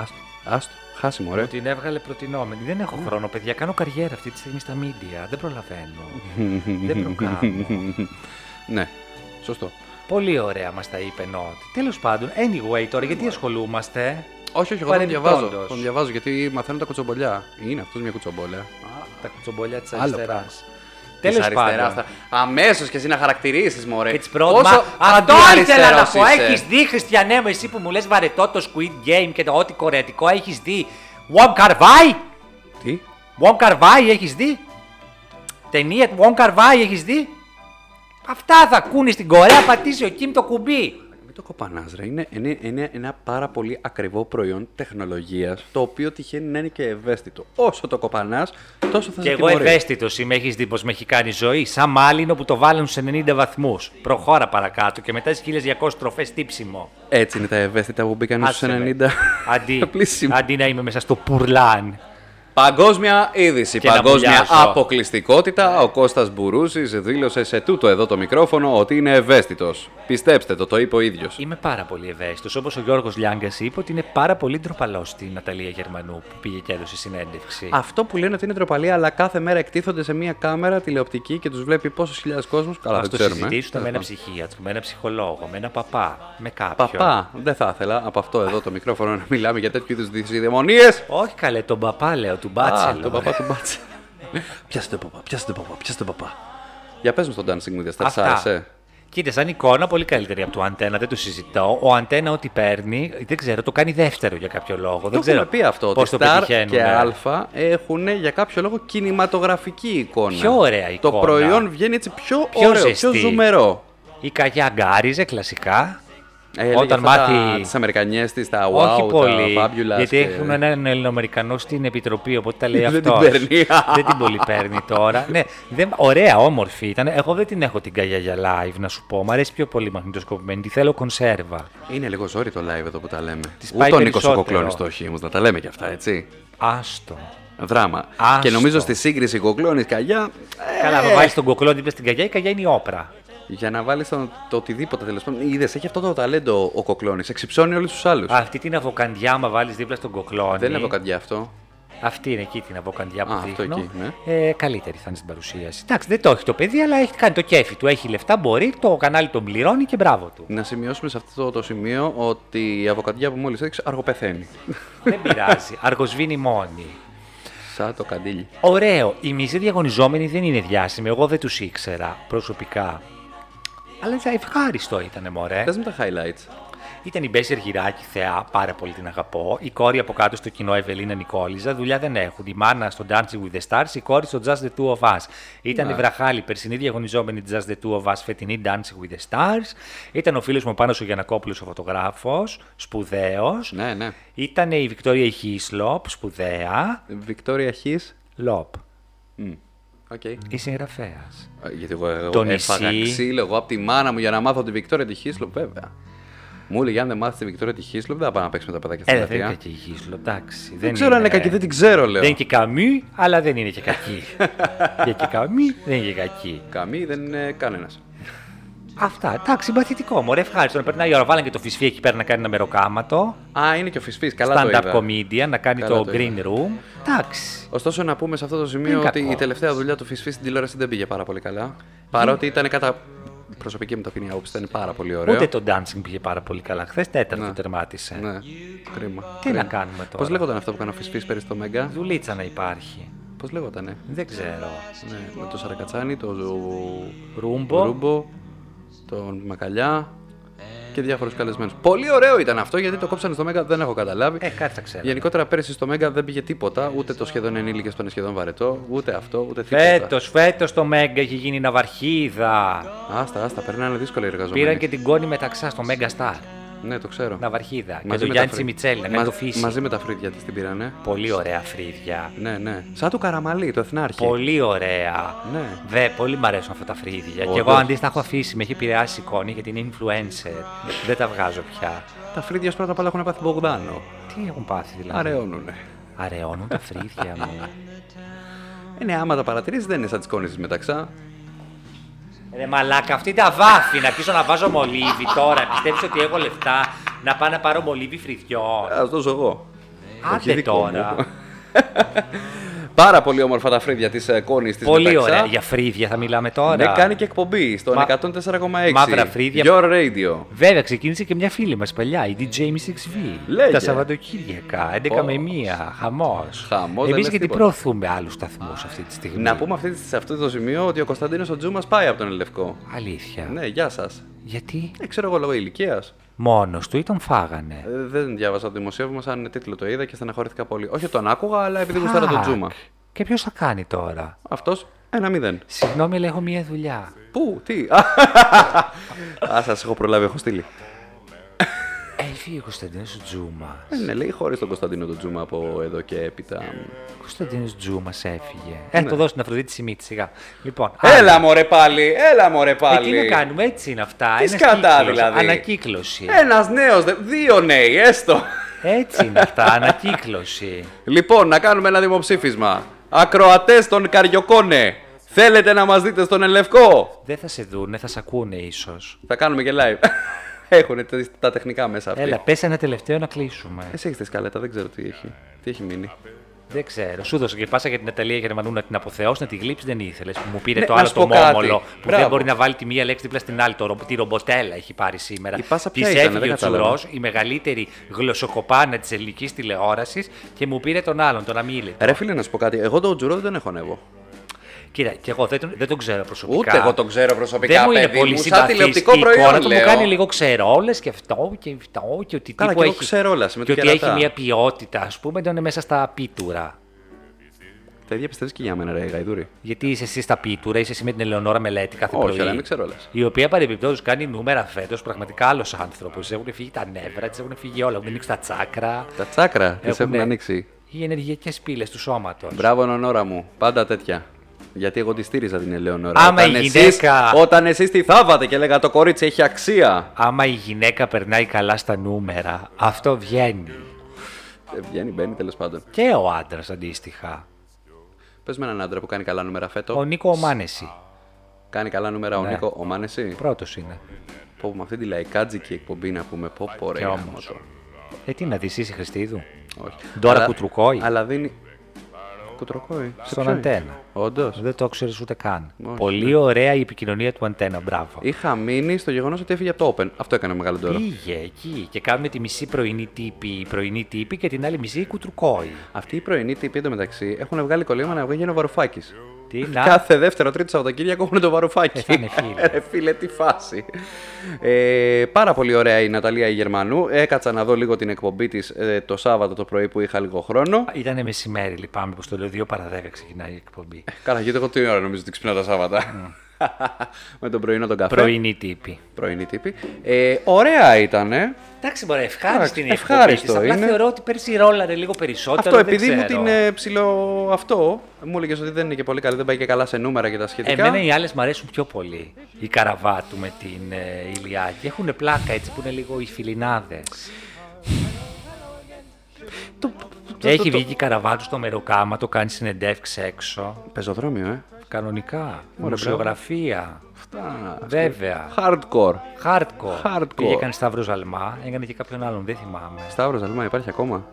E: Άστο, άστο, χάσιμο, ρε.
D: Μου την έβγαλε προτινόμενη. Δεν έχω χρόνο, παιδιά. Κάνω καριέρα αυτή τη στιγμή στα μίντια. Δεν προλαβαίνω. Δεν προκάνω.
E: ναι, σωστό.
D: Πολύ ωραία μας τα είπε Νότ. Τέλος πάντων, anyway τώρα, γιατί ασχολούμαστε.
E: Όχι, όχι, εγώ τον διαβάζω.
D: Παρεμπιπτόντως.
E: Τον διαβάζω γιατί μαθαίνω τα κουτσομπολιά. Είναι αυτός μια κουτσομπολιά.
D: Τα κουτσομπολιά της
E: Άλλο
D: αριστεράς.
E: Της
D: Τέλος
E: αριστεράς
D: πάντων.
E: θα- αμέσως και εσύ να χαρακτηρίσεις, Μωρέ.
D: It's broad, μα- Αυτό ήθελα να πω. Έχει δει, Χριστιανέ μου, εσύ που μου λες βαρετό το Squid Game και το ό,τι κορεατικό έχεις δει. Wong Kar Wai!
E: Τι,
D: Wong Kar Wai έχεις δει. Ταινία του Wong Kar Wai έχεις δει. Αυτά θα ακούνε στην Κορέα, πατήσει ο Κιμ το κουμπί.
E: μην το κοπανάς ρε. Είναι, είναι, είναι ένα πάρα πολύ ακριβό προϊόν τεχνολογίας, το οποίο τυχαίνει να είναι και ευαίσθητο. Όσο το κοπανάς, τόσο θα
D: Και
E: σε
D: εγώ
E: τιμωρεί.
D: ευαίσθητος είμαι, έχεις δει πως με έχει κάνει η ζωή. Σαν μάλινο που το βάλουν στου 90 βαθμούς. Προχώρα παρακάτω και μετά στις 1200 τροφές τύψιμο.
E: Έτσι είναι τα ευαίσθητα που μπήκαν στους
D: Άσε με.
E: 90.
D: Αντί,
E: Πλήσιμο.
D: αντί να είμαι μέσα στο πουρλάν.
E: Παγκόσμια είδηση,
D: Και να Ναι.
E: παγκόσμια
D: πουλιάσω.
E: αποκλειστικότητα. Ο Κώστας Μπουρούσης δήλωσε σε τούτο εδώ το μικρόφωνο ότι είναι ευαίσθητος. Πιστέψτε το, το είπε ο ίδιος.
D: Είμαι πάρα πολύ ευαίσθητος. Όπως ο Γιώργος Λιάγκας είπε ότι είναι πάρα πολύ ντροπαλός στην Ναταλία Γερμανού που πήγε και έδωσε συνέντευξη.
E: Αυτό που λένε ότι είναι ντροπαλή, αλλά κάθε μέρα εκτίθονται σε μία κάμερα τηλεοπτική και τους βλέπει πόσους χιλιάδες κόσμους. Καλά,
D: Ας
E: δεν
D: το
E: ξέρουμε.
D: συζητήσουμε ναι, με
E: Τέλος
D: ένα
E: πάντων.
D: ψυχίατρο, με ένα ψυχολόγο, με ένα παπά, με κάποιον.
E: Παπά, δεν θα ήθελα από αυτό εδώ το μικρόφωνο να μιλάμε για τέτοιου είδους δυσυδαιμονίε.
D: Όχι καλέ, τον παπά λέω, του μπάτσελο.
E: Τον παπά του μπάτσε. πιάσε τον παπά, πιάσε τον παπά, πιάσε τον παπά. Για πες μου στο Dancing with the Stars,
D: Αυτά.
E: άρεσε.
D: Κοίτα, σαν εικόνα πολύ καλύτερη από του Αντένα, δεν το συζητώ. Ο Αντένα ό,τι παίρνει, δεν ξέρω, το κάνει δεύτερο για κάποιο λόγο.
E: Το
D: δεν ξέρω
E: έχουμε πει αυτό.
D: πώς
E: Ότι
D: το
E: Star
D: πετυχαίνουν.
E: και Α έχουν για κάποιο λόγο κινηματογραφική εικόνα.
D: Πιο ωραία
E: Το
D: εικόνα.
E: προϊόν βγαίνει έτσι πιο,
D: Πιο
E: ωραίο, πιο
D: ζεστή.
E: ζουμερό.
D: Η Καγιά γκάριζε κλασικά.
E: Ε,
D: Όταν μάθει-
E: Τις Αμερικανιές της, τα wow,
D: Όχι πολύ.
E: τα fabulous.
D: γιατί
E: και-
D: έχουν έναν Ελληνοαμερικανό στην επιτροπή, οπότε τα λέει
E: Δεν
D: αυτό.
E: την παίρνει.
D: δεν την πολύ παίρνει τώρα. ναι, δεν, ωραία, όμορφη ήταν. Εγώ δεν την έχω την καγιά για live, να σου πω. Μ' αρέσει πιο πολύ μαγνητοσκοπημένη. Τη θέλω κονσέρβα.
E: Είναι λίγο ζόρι το live εδώ που τα λέμε.
D: Της πάει
E: Ούτε ο Νίκο ο
D: περισσότερο.
E: Κοκλώνης το έχει όμως, να τα λέμε κι αυτά, έτσι.
D: Άστο.
E: Δράμα.
D: Άστο.
E: Και νομίζω στη σύγκριση Κοκλώνης Καγιά. ε,
D: Καλά, να βάλει τον κοκλό δίπλα στην καγιά, η καγιά είναι η όπρα.
E: για να βάλεις το, το οτιδήποτε τέλος πάντων. Είδες, έχει αυτό το ταλέντο ο Κοκλώνης, Εξυψώνει όλους τους άλλους.
D: Αυτή την αβοκαντιά, άμα βάλεις δίπλα στον κοκλόνι.
E: Δεν έχω κάτι αυτό.
D: Αυτή είναι εκεί την αβοκαντιά που
E: Α, αυτό
D: δείχνω.
E: εκεί, ναι.
D: ε, καλύτερη θα είναι στην παρουσίαση. Εντάξει, δεν το έχει το παιδί, αλλά έχει κάνει το κέφι του. Έχει λεφτά, μπορεί, το κανάλι τον πληρώνει και μπράβο του.
E: Να σημειώσουμε σε αυτό το, το σημείο ότι η αβοκαντιά που μόλις έριξε αργοπεθαίνει.
D: δεν πειράζει. Αργοσβήνει μόνη.
E: Σαν το καντήλι.
D: Ωραίο. Οι μισοί διαγωνιζόμενοι δεν είναι διάσημοι. Εγώ δεν τους ήξερα προσωπικά. Αλλά θα ευχάριστο ήταν, μωρέ.
E: Πες με τα highlights.
D: Ήταν η Μπέση Αργυράκη, θεά, πάρα πολύ την αγαπώ. Η κόρη από κάτω στο κοινό Ευελίνα Νικόλιζα, δουλειά δεν έχουν. Η μάνα στο Dancing with the Stars, η κόρη στο Just the Two of Us. Ήταν η βραχάλη, περσινή διαγωνιζόμενη Just the Two of Us, φετινή Dancing with the Stars. Ήταν ο φίλος μου πάνω ο Γιανακόπουλος, ο φωτογράφος, σπουδαίος.
E: Ναι, ναι.
D: Ήταν η Βικτόρια Χίσλοπ, σπουδαία.
E: Βικτόρια Χ.
D: Λοπ,
E: Οκ.
D: η συγγραφέα.
E: Ε, Γιατί εγώ, εγώ
D: Το
E: έφαγα
D: νησί.
E: ξύλο εγώ από τη μάνα μου για να μάθω τη Βικτόρια τη Χίσλοπ, βέβαια. Μου έλεγε αν δεν μάθεις τη Βικτόρια τη Χίσλοπ, δεν θα πάμε να παίξουμε τα παιδάκια στην
D: Ε, δεν είναι
E: πλατεία.
D: κακή η Γίσλο, εντάξει.
E: Δεν ξέρω αν είναι κακή, δεν την ξέρω, λέω.
D: Δεν είναι και καμί, αλλά δεν είναι και κακή. και και καμί, δεν είναι και κακή.
E: Καμή δεν είναι κανένας.
D: Αυτά, εντάξει, συμπαθητικό μου, ευχάριστο να περνάει η ώρα. Βάλαν και το φυσφί εκεί πέρα να κάνει ένα μεροκάματο.
E: Α, είναι και ο Φυσφής. Καλά το
D: Stand-up
E: είδα.
D: comedian, να κάνει
E: Καλά
D: το,
E: το
D: green room. Εντάξει.
E: Ωστόσο, να πούμε σε αυτό το σημείο
D: Δεν είναι
E: ότι
D: κακό.
E: η τελευταία δουλειά του Φυσφή στην τηλεόραση δεν πήγε πάρα πολύ καλά. Παρότι ήταν κατά προσωπική μου ταπεινή άποψη, ήταν πάρα πολύ ωραίο.
D: Ούτε το dancing πήγε πάρα πολύ καλά. Χθες τέταρτο
E: Ναι.
D: τερμάτισε.
E: Ναι, κρίμα.
D: Τι να κάνουμε τώρα.
E: Πώς λέγονταν αυτό που έκανε ο Φυσφής πέρυσι στο Μέγκα.
D: Δουλίτσα να υπάρχει.
E: Πώς λέγοντανε.
D: Δεν ξέρω.
E: Ναι, με το Σαρακατσάνι, το
D: Ρούμπο.
E: Ρούμπο, τον Μακαλιά και διάφορους καλεσμένους. Πολύ ωραίο ήταν αυτό γιατί το κόψανε στο Μέγκα, δεν έχω καταλάβει.
D: Ε, κάτι θα ξέρω.
E: Γενικότερα πέρυσι στο Μέγκα δεν πήγε τίποτα, ούτε το σχεδόν ενήλικες που είναι σχεδόν βαρετό, ούτε αυτό, ούτε τίποτα.
D: Φέτος, φέτος το Μέγκα έχει γίνει ναυαρχίδα.
E: Άστα, άστα, περνάνε δύσκολα οι εργαζόμενοι.
D: Πήραν και την κόνη μεταξά στο Μέγκα Star.
E: Ναι, το ξέρω.
D: Ναυαρχίδα.
E: Μαζί
D: και
E: με
D: το
E: τα
D: Γιάννη
E: φρύ-
D: Τσιμιτσέλη, να κάνει
E: Μα-
D: το φύση.
E: Μαζί με τα φρύδια της την πήρανε.
D: Πολύ ωραία φρύδια.
E: Ναι, ναι. Σαν του καραμαλί, το εθνάρχη.
D: Πολύ ωραία.
E: Ναι.
D: Δε, πολύ μ' αρέσουν αυτά τα φρύδια.
E: Όντως.
D: Και εγώ αντί να έχω αφήσει, με έχει επηρεάσει η Κόνη γιατί είναι influencer. Δεν τα βγάζω πια.
E: Τα φρύδια σου πρώτα απ' όλα έχουν πάθει Μπογδάνο.
D: Τι έχουν πάθει δηλαδή.
E: Αραιώνουνε.
D: Αραιώνουν τα φρύδια μου.
E: Ε, ναι, άμα τα παρατηρήσεις, δεν είναι σαν τις κόνε μεταξά.
D: Ρε μαλάκα, αυτή τα βάφη να πίσω να βάζω μολύβι τώρα. Πιστεύεις ότι έχω λεφτά να πάω να πάρω μολύβι φρυδιών.
E: Ας δώσω εγώ. Όχι
D: Άντε
E: δικό Ε, μου.
D: τώρα.
E: Πάρα πολύ όμορφα τα φρύδια ε, τη κόνης της
D: Πολύ ωραία. Για φρύδια θα μιλάμε τώρα.
E: Ναι, κάνει και εκπομπή στο
D: Μα-
E: 104,6.
D: Μαύρα φρύδια.
E: Your Radio.
D: Βέβαια, ξεκίνησε και μια φίλη μας παλιά, η DJ Miss
E: Λέγε.
D: Τα Σαββατοκύριακα, 11
E: Ω.
D: με 1. Χαμός.
E: Χαμός, δεν
D: Εμείς
E: λες
D: γιατί
E: τίποτα.
D: προωθούμε άλλους σταθμούς αυτή τη στιγμή.
E: Να πούμε αυτή, σε αυτό το σημείο ότι ο Κωνσταντίνος ο Τζούμα πάει από τον Ελευκό.
D: Αλήθεια.
E: Ναι, γεια σας.
D: Γιατί
E: Δεν ξέρω εγώ λόγω ηλικίας.
D: μόνος του ή τον φάγανε.
E: Δεν διάβασα το δημοσίευμα, σαν τίτλο το είδα και στεναχωρήθηκα πολύ. Όχι, τον άκουγα, αλλά επειδή γουστάρα τον
D: Φακ.
E: Τζούμα.
D: Και ποιος θα κάνει τώρα.
E: Αυτός ένα μηδέν.
D: Συγγνώμη, αλλά έχω μία δουλειά.
E: Πού, τι. Α, σας έχω προλάβει, έχω στείλει.
D: Έφυγε ο Κωνσταντίνος Τζούμας.
E: Ε, Ναι, λέει χωρίς τον Κωνσταντίνο τον Τζούμα από εδώ και έπειτα.
D: Ο Κωνσταντίνος Τζούμας έφυγε. Ε, το δώσω στην Αφροδίτη Σιμίτη σιγά. Λοιπόν,
E: Ναι. Έλα
D: άλλο.
E: μωρέ πάλι, έλα μωρέ
D: Ε, τι
E: πάλι.
D: να κάνουμε, έτσι είναι αυτά.
E: Τι
D: Ένας
E: σκατά,
D: κύκλος.
E: δηλαδή.
D: Ανακύκλωση.
E: Ένας νέος, δύο νέοι, έστω.
D: Έτσι είναι αυτά, ανακύκλωση.
E: Λοιπόν, να κάνουμε ένα δημοψήφισμα. Ακροατές των Καριοκόνε, θέλετε να μας δείτε στον Ελευκό.
D: Δεν θα σε δούνε, θα σε ακούνε ίσως.
E: Θα κάνουμε και live. Έχουν τα τεχνικά μέσα αυτοί.
D: Έλα, πες ένα τελευταίο να κλείσουμε.
E: Εσύ έχεις τη σκαλέτα, δεν ξέρω τι έχει. Τι έχει μείνει.
D: Δεν ξέρω. Σου δώσα και πάσα για την Αταλία Γερμανού να την αποθεώσει, να τη γλύψεις δεν ήθελες. Μου πήρε
E: Ναι,
D: το
E: να
D: άλλο
E: σου
D: το
E: πω κάτι.
D: μόμολο που
E: Μπράβο.
D: δεν μπορεί να βάλει τη μία λέξη δίπλα στην άλλη. Το, ρο- τη ρομποτέλα έχει πάρει σήμερα.
E: Η πάσα
D: Της
E: ποια ήταν,
D: έφυγε
E: δεν
D: ο
E: κατάλαβα.
D: Τσουρός, η μεγαλύτερη γλωσσοκοπάνα της ελληνικής τηλεόρασης και μου πήρε τον άλλον, τον Αμίλη.
E: Ρε φίλε, να σου πω κάτι. Εγώ τον Τζουρό δεν έχω ανέβω.
D: Κοίτα, και εγώ δεν τον, δεν τον ξέρω προσωπικά.
E: Ούτε εγώ τον ξέρω προσωπικά.
D: Δεν μου είναι
E: παιδί
D: πολύ
E: μου, σαν
D: συμπαθής.
E: τηλεοπτικό
D: Η εικόνα
E: προϊόν.
D: του
E: Λέω.
D: μου κάνει λίγο ξερόλες και αυτό και αυτό και ότι
E: Καλά,
D: τύπου
E: κι εγώ
D: έχει,
E: ξερόλας με
D: και
E: το
D: ότι
E: κερατά.
D: έχει μια ποιότητα, ας πούμε, ήταν μέσα στα πίτουρα.
E: Τα ίδια πιστεύεις και για μένα, ρε Γαϊδούρη.
D: Γιατί είσαι εσύ στα πίτουρα, είσαι εσύ με την Ελεονόρα Μελέτη κάθε
E: Όχι,
D: πρωί.
E: αλλά μην ξερόλας.
D: Η οποία παρεμπιπτόντως κάνει νούμερα φέτος, πραγματικά άλλος άνθρωπος. Της έχουν φύγει τα νεύρα, της έχουν φύγει όλα. Έχουν ανοίξει τα τσάκρα.
E: Τα τσάκρα τι έχουν
D: Έχουνε
E: ανοίξει.
D: Οι ενεργειακές πύλες του σώματος.
E: Μπράβο, Νονόρα μου. Πάντα τέτοια. Γιατί εγώ τη στήριζα την Ελεονόρα.
D: Άμα η γυναίκα-
E: Εσείς, όταν εσείς τη θάβατε και λέγατε το κορίτσι έχει αξία.
D: Άμα η γυναίκα περνάει καλά στα νούμερα, αυτό βγαίνει.
E: Ε, βγαίνει, μπαίνει τέλος πάντων.
D: Και ο άντρας αντίστοιχα.
E: Πες με έναν άντρα που κάνει καλά νούμερα φέτο.
D: Ο Νίκο Ομάνεση.
E: Κάνει καλά νούμερα ο
D: Ναι.
E: Νίκο Ομάνεση.
D: Πρώτος είναι.
E: Πω, με αυτή τη λαϊκάτζικη εκπομπή να πούμε. Πω, πω, ρε,
D: Και
E: γάμο
D: όμως.
E: το.
D: Ε, τι να δεις, είσαι Χριστίδου.
E: Ε, Όχι.
D: Ντόρα
E: Αλλά-
D: Κουτρουκόη.
E: Αλλά δίνει. Κουτρουκόη. Σε
D: Στον
E: ποιο
D: Αντένα.
E: Όντως.
D: Δεν το ξέρεις ούτε καν.
E: Όχι, ναι.
D: Πολύ ωραία η επικοινωνία του αντένα. Μπράβο.
E: Είχα μείνει στο γεγονός ότι έφυγε από το Open. Αυτό έκανε μεγάλο τώρα.
D: Πήγε εκεί και κάνουν τη μισή πρωινή τύπη, η πρωινή τύπη και την άλλη μισή η κουτρουκόη.
E: Αυτοί οι πρωινοί τύποι εντωμεταξύ έχουν βγάλει κολλήμα να βγαίνει ο Βαρουφάκης.
D: Τι να.
E: Κάθε δεύτερο, τρίτο Σαββατοκύριακο έχουν το Βαρουφάκη.
D: Ε, θα είναι φίλε.
E: Ρε φίλε, τι φάση. Ε, πάρα πολύ ωραία η Ναταλία η Γερμανού. Έκατσα να δω λίγο την εκπομπή της το Σάββατο το πρωί που είχα λίγο χρόνο.
D: Ήτανε μεσημέρι, λυπάμαι που στο λέω 2 παρα 10 ξεκινάει η εκπομπή.
E: Καλά, γιατί εγώ την ώρα νομίζω ότι ξυπνάω τα Σάββατα. Με τον πρωινό τον καφέ.
D: Ναι. Πρωινή τύπη.
E: Πρωινή τύπη. Ε, ωραία ήταν.
D: Εντάξει, μπορεί, ευχάριστη είναι η
E: Εντάξει, ευχάριστο
D: εκπομπή. της, Απλά
E: είναι.
D: θεωρώ ότι πέρσι ρόλαρε λίγο περισσότερο.
E: Αυτό
D: δεν
E: επειδή μου
D: ξέρω.
E: την ε, ψηλό αυτό, μου έλεγες ότι δεν είναι και πολύ καλή, δεν πάει και καλά σε νούμερα και τα σχετικά.
D: Ε, Εμένα οι άλλες μου αρέσουν πιο πολύ. Η καραβάτου με την ε, ηλιάκη. Έχουν πλάκα έτσι που είναι λίγο οι φιλινάδες. Έχει βγει και η καραβάτου στο μεροκάμα, το κάνει συνεντεύξεις έξω.
E: Πεζοδρόμιο, ε.
D: Κανονικά.
E: μπράβο.
D: Μουσιογραφία.
E: Αυτά.
D: Βέβαια.
E: Hardcore.
D: Hardcore.
E: Hardcore.
D: Πήγε έκανε Σταύρο Ζαλμά, έκανε και κάποιον άλλον, δεν θυμάμαι.
E: Σταύρος Αλμά, υπάρχει ακόμα.